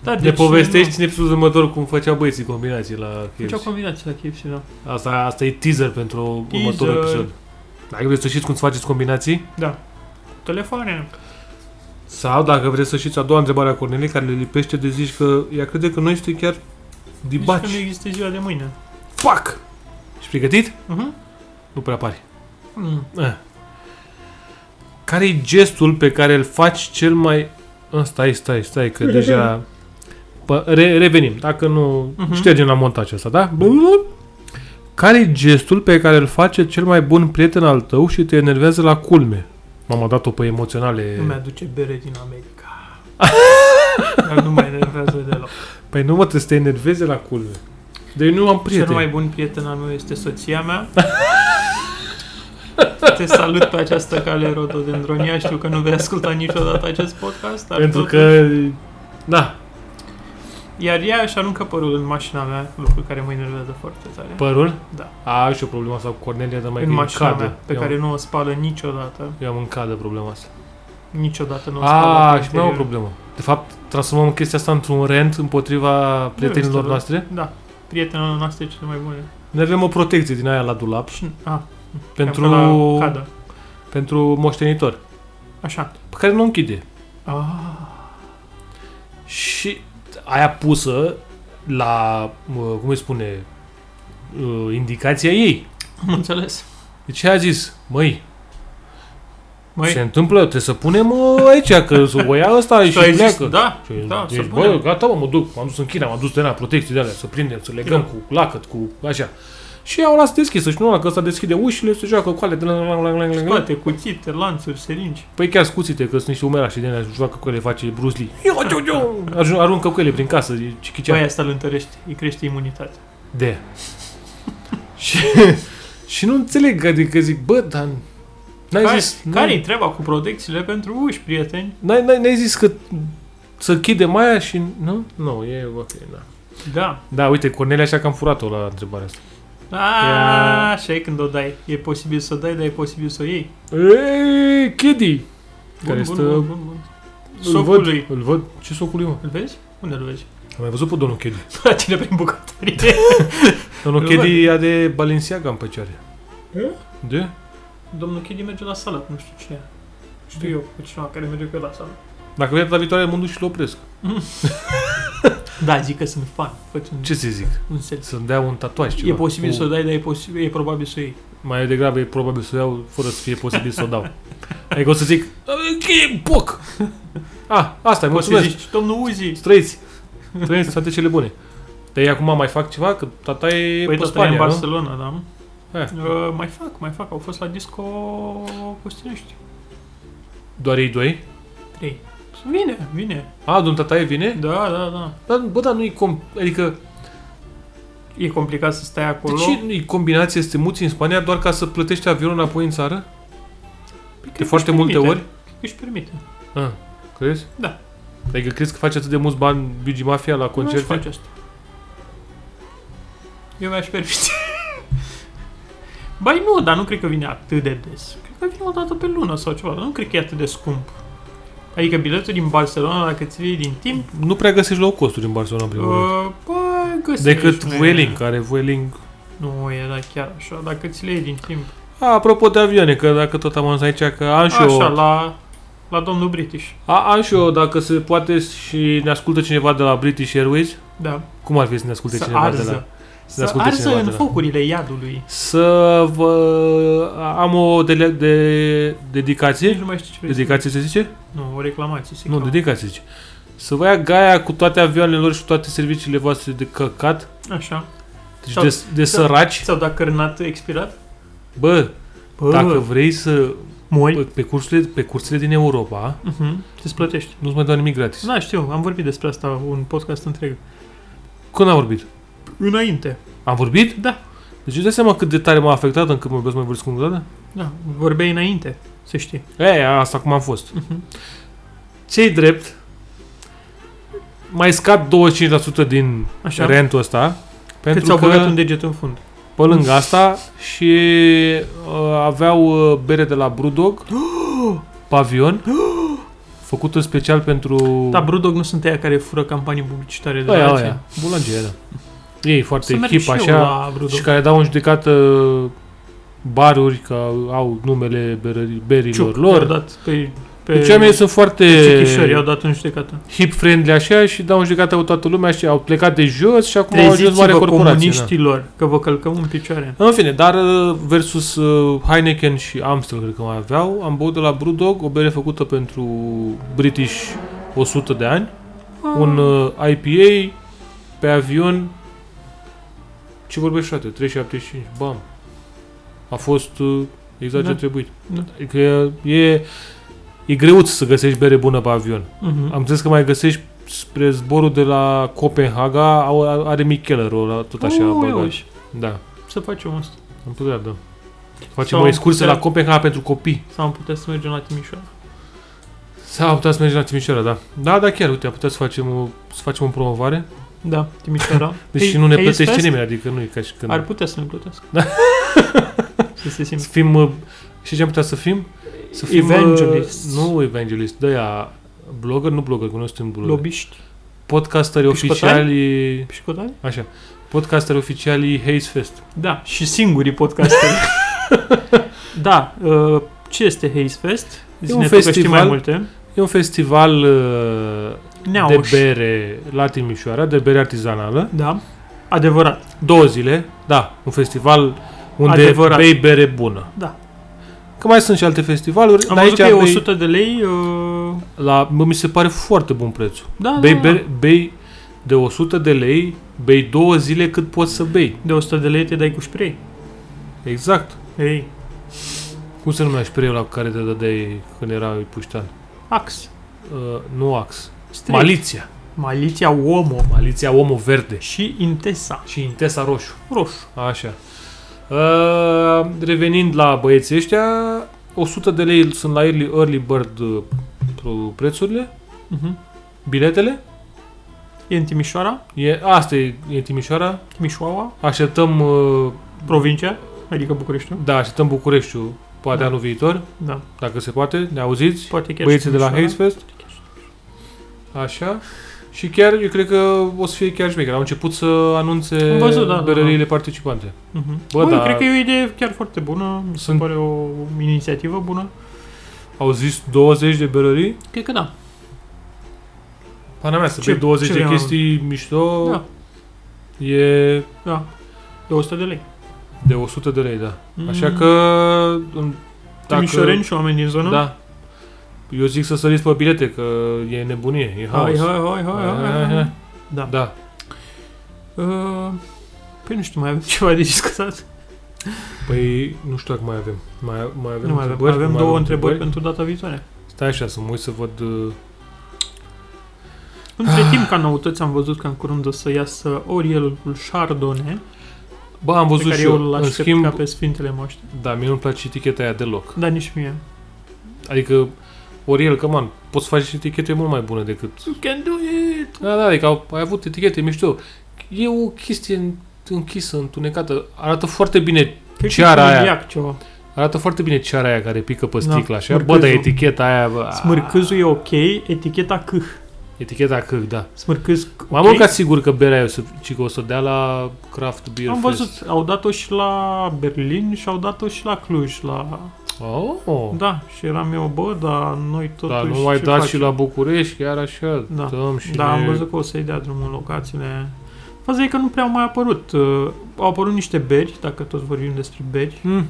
da,
Ne povestești
nu.
în episodul următor cum făceau băieții combinații la
Făcea
KFC.
combinație la KFC, da.
Asta, asta e teaser pentru
Teaser.
următorul episod. Dacă vreți să știți cum să faceți combinații,
Da. Telefoane.
sau dacă vreți să știți a doua întrebare a Cornelii, care le lipește de zici că ea crede că noi suntem chiar
Nici că nu
dibaci.
există ziua de mâine.
Fuck! Și pregătit?
Uh-huh.
Nu prea pare.
Mm.
care e gestul pe care îl faci cel mai... În, stai, stai, stai,
[laughs]
că deja... Pă, re, revenim, dacă nu...
Mhm.
Uh-huh. Ștergem la montaj ăsta, da? care e gestul pe care îl face cel mai bun prieten al tău și te enervează la culme? M-am dat-o pe emoționale.
Nu mi-aduce bere din
[laughs]
America. Dar nu mă enervează deloc.
Păi nu mă, trebuie să te enerveze la culme. Deci nu am prieten.
Cel mai bun prieten al meu este soția mea. Te salut pe această cale rododendronia. Știu că nu vei asculta niciodată acest podcast. Dar
Pentru
totuși-
că... Da,
Iar ea își aruncă părul în mașina mea, lucru care mă enervează foarte tare.
părul.
Da.
A, și o problemă asta cu Cornelia, dar mai
în
că e
mașina
Păi, cadă.
mea, pe
Eu am-
care nu o spală niciodată.
Eu am în cadă problema asta.
Niciodată nu o spală.
A,
pe
Ah, și mai am o
interior.
problemă. De fapt, transformăm chestia asta într-un rent împotriva prietenilor
este rău.
noastre.
Da, prietenele noastre cele mai bune.
Ne avem o protecție din aia la dulap
Și, ah, a,
pentru,
La cadă.
pentru moștenitor,
Așa.
pe care nu o închide.
Ah,
Și aia pusă la, mă, cum îi spune, uh, indicația ei.
am înțeles.
Deci ea a zis, măi,
Măi,
se întâmplă, trebuie să punem uh, aici, că s- o ia ăsta
[laughs] tu
și
ai
pleacă.
zis, da,
Și
da, să
deci,
punem.
bă, gata, mă, mă duc, m-am dus în China, m-am dus de la protecții de alea, să prindem, să legăm
Da.
cu lacăt, cu așa. Și ea o lasă deschisă și nu că ăsta deschide ușile, se joacă cu ale. tlan, tlan, tlan, tlan, tlan.
toate, cuțite, lanțuri, seringi.
Păi chiar scuțite că sunt niște umerași din alea, joacă cu ele, face Bruce Lee. Iu, iu, iu. Păi. Ajun- Aruncă cu ele prin casă, e
Ce? Băi,
cichicea.
asta îl întărește, îi crește imunitatea.
De. [laughs] și, și nu înțeleg, adică zic, bă, dar n-ai
Care,
zis...
care e
n-ai,
treaba cu protecțiile pentru uși, prieteni?
n-ai, n-ai, n-ai zis că să chidem aia și... Nu? Nu, e ok, da.
Da.
Da, uite, Cornelia așa că am furat-o la întrebarea asta.
A,
Ia.
așa e când o dai. E posibil să o dai, dar e posibil să o iei.
Ei, Kitty! Care
bun,
este-
bun, bun, bun.
Îl văd,
Socului.
îl văd. Ce socului, mă?
Îl vezi? Unde îl vezi?
Am
[laughs]
mai văzut pe domnul Kitty.
La tine prin bucătărie.
Domnul
Îl
Kitty e de Balenciaga în păcioare.
E?
De?
Domnul Chidi merge la sală, nu știu cine. Știu eu pe cineva care merge cu el la sală.
Dacă vei data viitoare, mă duc și-l opresc.
Da, zic că sunt fan. Faci un,
Ce să zic?
un selfie.
Să-mi dea un tatuaj ceva.
E posibil
cu...
să o dai, dar e, posibil, e probabil să o iei.
Mai degrabă e probabil să o iau fără să fie posibil să o dau. Adică o să zic, încheie, poc! [laughs] Ah, asta e,
Poți să
mulțumesc.
zici, domnul Uzi,
Străiți. Trăiți toate cele bune. Dar eu acum mai fac ceva? Că tata e
păi
pe
tot în
Spania, nu? Eh.
Barcelona, da?
Hai.
Uh, mai fac, mai fac. Au fost la disco Costinești.
Doar ei doi?
Trei. Vine, vine.
A, domnul Tataie vine?
Da, da, da.
Dar, bă, dar nu-i com... Adică,
E complicat să stai
de
acolo.
ce nu-i combinație să te muți în Spania doar ca să plătești avionul înapoi în țară?
Păi, cred
De
că
foarte
își
multe
permite.
ori?
Își permite.
A, crezi?
Da.
Adică crezi că face atât de mulți bani Bigi Mafia la
Nu
concerte?
face asta. Eu mi-aș permite. Bai nu, dar nu cred că vine atât de des. Cred că vine o dată pe lună sau ceva, dar nu cred că e atât de scump. Adică biletul din Barcelona, dacă ți iei din timp,
Nu prea găsești low costuri în Barcelona, în primul rând.
uh, bă, găsești.
Decât
nu e-
Vueling, care Vueling...
Nu, e da, chiar așa, dacă ți le iei din timp.
A, apropo de avioane, că dacă tot am ajuns aici, că am și
Așa,
eu...
la, la domnul British.
A, am și eu, dacă se poate și ne ascultă cineva de la British Airways,
Da,
cum ar fi să ne asculte
să
cineva de
arză.
la... ne
Să
asculte
arză
cineva de
în
la-
focurile iadului.
Să vă... Am o dele... de...
Nici
dedicație?
Deci nu mai știu ce vrei să
Dedicație se zice?
zic. Nu, o reclamație, sigur.
Nu, dedicație zice. Să vă ia gaia cu toate avioanele lor și toate serviciile voastre de căcat,
Așa.
deci
Sau-
de, de săraci.
Sau dacă cărnat expirat?
Bă,
Bă, Păi-
dacă vrei să...
mori,
Bă, pe, cursurile, pe cursurile din Europa,
uh-huh. ți plătești.
nu-ți mai dau nimic gratis.
Da, știu, am vorbit despre asta un podcast întreg.
Când am vorbit?
Înainte.
Am vorbit?
Da.
Deci îți dai seama cât de tare m-a afectat încât mă iubesc mai vârst cu încă o dată?
Da, vorbeai înainte, să știi.
E, asta cum am fost.
Uh-huh.
Cei drept, mai scad 25% din
Așa.
rentul ăsta.
Că
Pentru
ți-au
că,
băgat un deget în fund.
pe lângă asta, și uh, aveau uh, bere de la [gasps] Brewdog, [gasps] pavion, făcut în special pentru...
Da, Brudog nu sunt aia care fură campanii publicitare de
aia,
la
aia. Bulangie, da. Ei, foarte
Să merg
echip,
și eu
așa.
la Brudog.
Și care dau în judecată uh, baruri, că au numele berări- berilor
Ciuc,
lor.
i-au dat pe... pe
Deci oamenii sunt foarte
Cichișori, i-au dat în judecată.
hip-friendly așa și dau în judecată cu toată lumea și au plecat de jos și acum au ajuns mare
Treziți-vă
corporație. Da.
comuniștilor, că vă călcăm în picioare.
În fine, dar uh, versus uh, Heineken și Amstel, cred că mai aveau, am băut de la Brewdog o bere făcută pentru British 100 de ani, un uh, IPA pe avion, ce vorbești frate, 375, bam, a fost uh, exact
Da.
ce a trebuit.
Da.
Adică e, e greuț să găsești bere bună pe avion.
Mhm.
Am zis că mai găsești spre zborul de la Copenhaga, au- are Michelerul ăla, tot așa
Uiuși,
băgat. Da,
Să facem asta.
am putea, da. Facem
Sau
o excursie
putea-
la Copenhaga pentru copii.
Sau am putea să mergem la Timișoara.
Sau am putea să mergem la Timișoara, da. Da, da, chiar, uite, am putea să facem o, să facem o promovare.
Da,
[laughs]
Timișoara.
Deși
Hei-
Deci nu ne
Hayes
plătește
Fest
nimeni, Da. adică nu e ca și când...
Ar putea să ne plătească. [laughs] să se
Să
simți.
fim... uh, Știi ce am putea să fim? Să fim... uh,
Evangelists.
Nu evangelist, de aia blogger, nu blogger, că noi suntem blogger.
Lobiști.
Podcasteri
Pișcotari?
oficiali...
Pișcotari?
Așa. Podcasteri oficiali Haze Fest.
Da, și singurii
[laughs]
podcasteri. da, uh, ce este Haze Fest? Zine
un
tu că știi
festival
mai multe.
E un festival uh, de
Neauș.
bere la Timișoara, de bere artizanală.
Da, adevărat.
Două zile, da, un festival unde
Adevărat.
bei bere bună.
Da.
Că mai sunt și alte festivaluri,
Am
dar
văzut
aici
că e
bei
100 de lei. Uh,
la, mă, mi se pare foarte bun prețul.
da,
Bei,
da, da.
bere, bei de 100 de lei, bei două zile cât poți să bei.
De 100 de lei te dai cu spray.
Exact.
Ei,
Cum se numea spray la care te dădeai când erai puștan?
ax.
Uh, nu ax.
Straight.
Maliția.
Maliția Uomo.
Maliția omul verde.
Și Intesa.
Și Intesa roșu.
Roșu.
Așa. Uh, revenind la băieții ăștia, 100 de lei sunt la early, early bird uh, pro- prețurile,
Uh-huh.
biletele.
E în Timișoara,
E, asta e, e Timișoara.
Timișoara,
Așteptăm, uh,
provincia, adică Bucureștiul.
da, așteptăm Bucureștiul, poate
Da.
anul viitor,
Da,
dacă se poate, ne auziți.
poate chiar
Băieții
și
de la
Timișoara.
Hazefest. Așa. Și chiar, eu cred că o să fie chiar șmecher. Au început să anunțe
Am văzut, da, da,
berăriile participante.
Uh-huh.
Bă,
Bă, Bă
da.
da. cred că e o idee chiar foarte bună, mi se
Sunt-
pare o inițiativă bună.
Au zis 20 de berării.
Cred că da.
Pana mea, să
Ce-
ce, 20
ce
de
vreau?
chestii mișto
Da,
e
da. De 100 de lei.
de 100 de lei, da.
Mm.
Așa că... în-
Timișoreni și oameni din zonă?
Da. Eu zic să săriți pe bilete, că e nebunie, e haos.
Hai, hai, hai, hai, hai, hai. Da.
Da.
Uh, Păi nu știu, mai avem [laughs] ceva de discutat.
Păi, nu știu dacă mai avem. Mai, mai avem
Nu mai avem.
întrebări?
Avem
mai
două întrebări pentru data viitoare.
Stai așa, să mă uit să văd... uh,
Între
Ah.
timp, ca noutăți, am văzut că în curând o să iasă Orielul Chardonnay,
Bă, am
pe
văzut
care
și
eu
eu.
îl
În
aștept
schimb,
ca pe Sfintele Moște.
da, mie nu-mi place eticheta aia deloc.
Dar nici mie.
Adică, Oriel, că man, poți să faci etichete mult mai bune decât...
You can do it!
Da, da, adică au, ai avut etichete mișto. E o chestie în- închisă, întunecată. Arată foarte bine
Cred că
Ceara
e
aia.
celiac ceva.
Arată foarte bine ceara aia care pică pe
Da,
sticla da, așa. Bă,
smârcâzul.
dar eticheta aia... Bă,
Smârcâzul e ok, eticheta câh.
Eticheta că, da.
Smârcâz ok.
M-am okay. mâncat sigur că berea e o să, ci că o să dea la Craft Beer
Am
Fest.
văzut, au dat-o și la Berlin și au dat-o și la Cluj. La...
Oh,
Da, și eram eu, bă, dar noi totuși
dar nu mai
ce
dat
facem?
și la București, chiar așa.
Da.
Dăm și
Da, am
ne-
văzut că o să-i dea drumul în locațiile. Faza e că nu prea au mai apărut. Uh, au apărut niște beri, dacă tot vorbim despre beri.
Mm.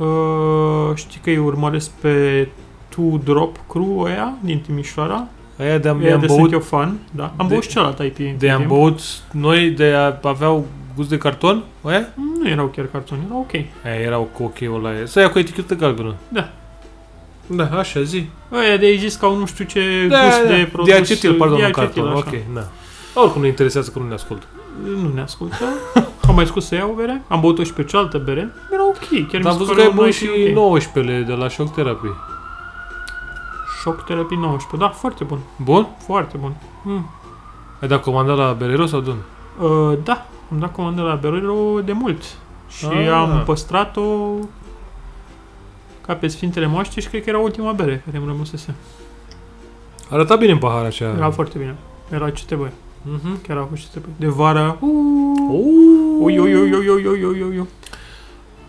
Uh, știi că îi urmăresc pe Two Drop Crew ăia din Timișoara.
Aia de-am,
Am
de-am
de sunt
băut,
eu fan, da. Am
de-
băut și celălalt IP. în
de-am
timp.
băut noi, de a, aveau gust de carton, aia?
Nu erau chiar cartoni, erau ok.
Aia erau cu ocheul ăla. Să ia cu etichetă galbenă.
Da.
Da, așa, zi.
Aia de exist ca un nu știu ce
Da,
gust
da,
de
da.
produs.
De acetil, pardon,
de
nu
acetil,
carton.
așa.
Ok, da. Oricum nu interesează că nu ne ascult.
Nu ne ascultă. [laughs] Am mai scos să iau o bere. Am băut-o și pe cealaltă bere. Era ok. Chiar mi
Dar am
se
văzut că
părea
ai
un
băut
IP
și
ok.
19-le de la Shock Therapy.
Shock Therapy 19. Da, foarte bun.
Bun?
Foarte bun.
Ai dat comanda la Berero sau Dun?
Uh, da, am dat comandă la Berolero de mult. Și
Ah.
am păstrat-o ca pe Sfintele Moaște și cred că era ultima bere care îmi rămăsese.
Arăta bine în pahar așa.
Era foarte bine. Era ce trebuie.
Mhm.
Chiar a fost ce trebuie. De vară. Uuu. Ui,
Ui,
ui, ui, ui, ui, ui, ui, ui, ui.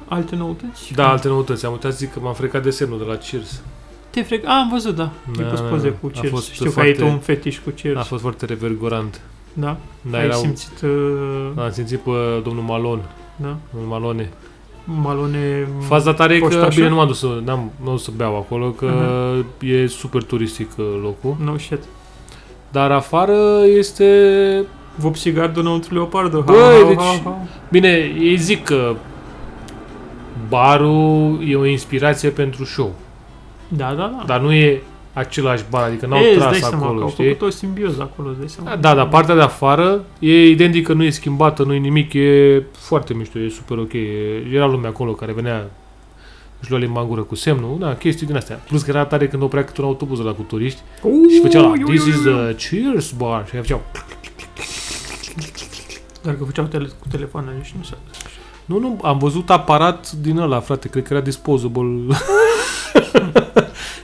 Alte noutăți?
Da, alte noutăți. Am uitat să zic că m-am frecat desenul de la Cheers.
Te frec... A, am văzut, da.
Da,
Mi-ai pus
da,
poze
da.
cu
A
Cheers.
fost
Știu că
foarte-
ai tu un fetiș cu Cheers.
A fost foarte revergorant.
Da?
Da,
ai
erau,
simțit... Uh,
Am simțit pe domnul Malon.
da?
Domnul Malone.
Malone...
Faza tare e că,
Mm. Poștașul? Mhm.
bine, nu m-am dus, să- n-am, n-am dus să beau acolo, că e super turistic uh, locul.
No shit.
Dar afară este
Vopsigardul înăuntru leopardul.
Băi, deci- Bine, ei zic că barul e o inspirație pentru show,
Da, da, da.
dar nu e același bar, adică n-au
Ei, îți dai
tras
seama că
acolo,
au
știi?
făcut o simbioză acolo, îți dai seama.
Da, dar partea de afară e identică, nu e schimbată, nu e nimic, e foarte mișto, e super ok. E- Era lumea acolo care venea își lua limba în gură cu semnul, da, chestii din astea. Plus că era tare când oprea câte un autobuz la cu turiști
Uuu,
și făcea la
iu, iu,
This is
iu, iu.
the Cheers Bar și aia făceau
Doar că făceau tele- cu telefoanele și nu se...
Nu, nu, am văzut aparat din ăla, frate, cred că era disposable. [laughs]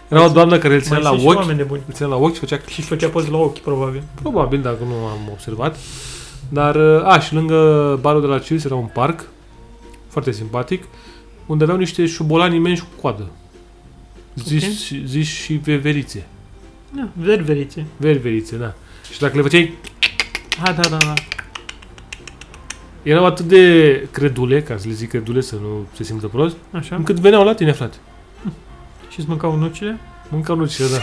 era o doamnă care îl ținea
Mai
la
sunt și
ochi,
oameni de buni.
îl ținea la ochi și făcea
Și făcea poze la ochi, probabil.
probabil, dacă nu am observat. Dar, a, și lângă barul de la Cheers era un parc, foarte simpatic, unde aveau niște șobolani imensi cu coadă. Zis, okay. zis și veverițe.
Da, ververițe.
Ververițe, da. Și dacă le făceai,
Ah, da, da, da.
erau atât de credule, ca să le zic credule să nu se simtă prost,
Așa.
încât veneau la tine, frate.
Și îți mâncau nucile?
Mâncam nucile, da.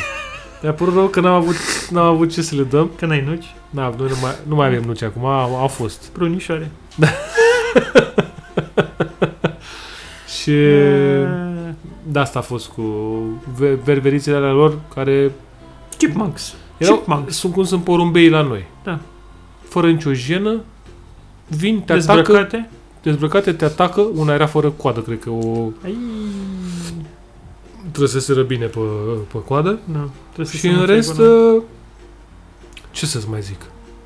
Mi-a părut rău că n-am avut, n-am avut ce să le dăm.
Că n-ai nuci?
Da, noi nu mai, nu mai avem nuci acum, a, a fost.
Prunișoare.
Și
Da.
de asta a fost cu ve- ververițele alea lor, care
Chipmunks.
erau,
Chipmunks.
sunt cum sunt porumbeii la noi.
Da.
Fără nicio jenă, vin, te atacă,
Dezbrăcate.
dezbrăcate, te atacă, una era fără coadă, cred că o
Ai.
trăseseră bine pe, pe coadă.
Da. Trebuie să
Și
se
în
mute
rest, uh,
până-
ce să-ți mai zic?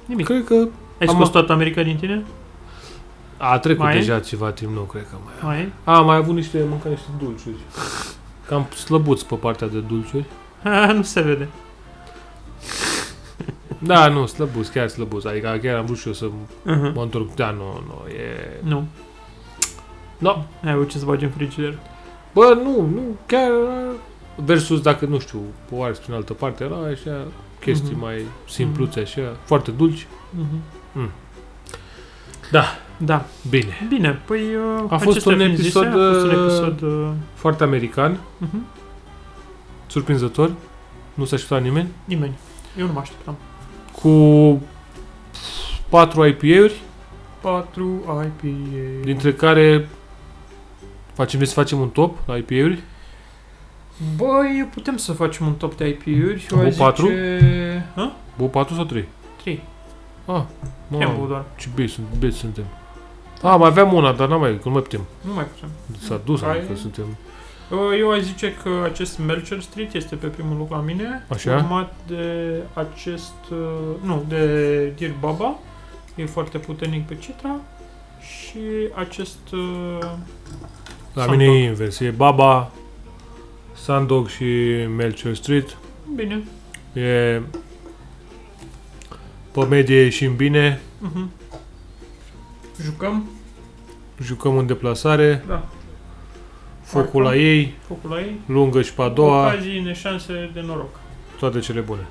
Nimic.
Cred că
Ai
am-
scos toată America din tine?
a trecut
Mai e?
deja ceva timp, nu cred că mai
Mai e?
A, am mai avut niște, mâncat niște dulciuri. Cam slăbuți pe partea de
[laughs]
dulciuri.
Ha, nu se vede.
Da, nu, slăbuți, chiar slăbuți. Adică chiar am vrut și eu să
Uh-huh.
mă întorc. Da, nu, nu, e...
Nu.
No.
Ai avut ce să bagi în frigider.
Bă, nu, nu, chiar... Versus, dacă, nu știu, o ars prin altă parte, era așa chestii
Mhm.
mai simpluțe, așa, foarte dulci.
Uh-huh.
Mm. Da.
Da.
Bine.
Bine, păi uh,
A fost
acestea
un
fiind
episod,
zise, a fost un
uh,
episod uh,
Foarte american,
uh-huh.
surprinzător. Nu s-a așteptat nimeni.
nimeni. Eu nu mă așteptam.
Cu patru IPA-uri,
4 IPA.
dintre care facem, vrei să facem un top la IPA-uri?
Băi, putem să facem un top de IP-uri și eu
Cu
aș
patru?
zice... Ha?
Bă, 4 sau 3?
Știi?
Ah,
Timpul
mă,
doar.
ce bei sunt, bei suntem. Ah, mai aveam una, dar n-am mai, că nu mai putem.
Nu mai putem.
S-a dus,
Hai.
adică suntem...
Uh, Eu aș zice că acest Melcher Street este pe primul loc la mine,
Așa.
urmat de acest, uh, nu, de Dear Baba, e foarte puternic pe Citra, și acest, uh,
La
Sandog.
mine e invers. E Baba, Sandog și Melchior Street.
bine,
E... Pe medie ieșim bine,
uh-huh. jucăm,
jucăm în deplasare,
da,
focul la ei,
focul la ei,
lungă și pe a doua,
ocazii, neșanse de noroc.
toate cele bune.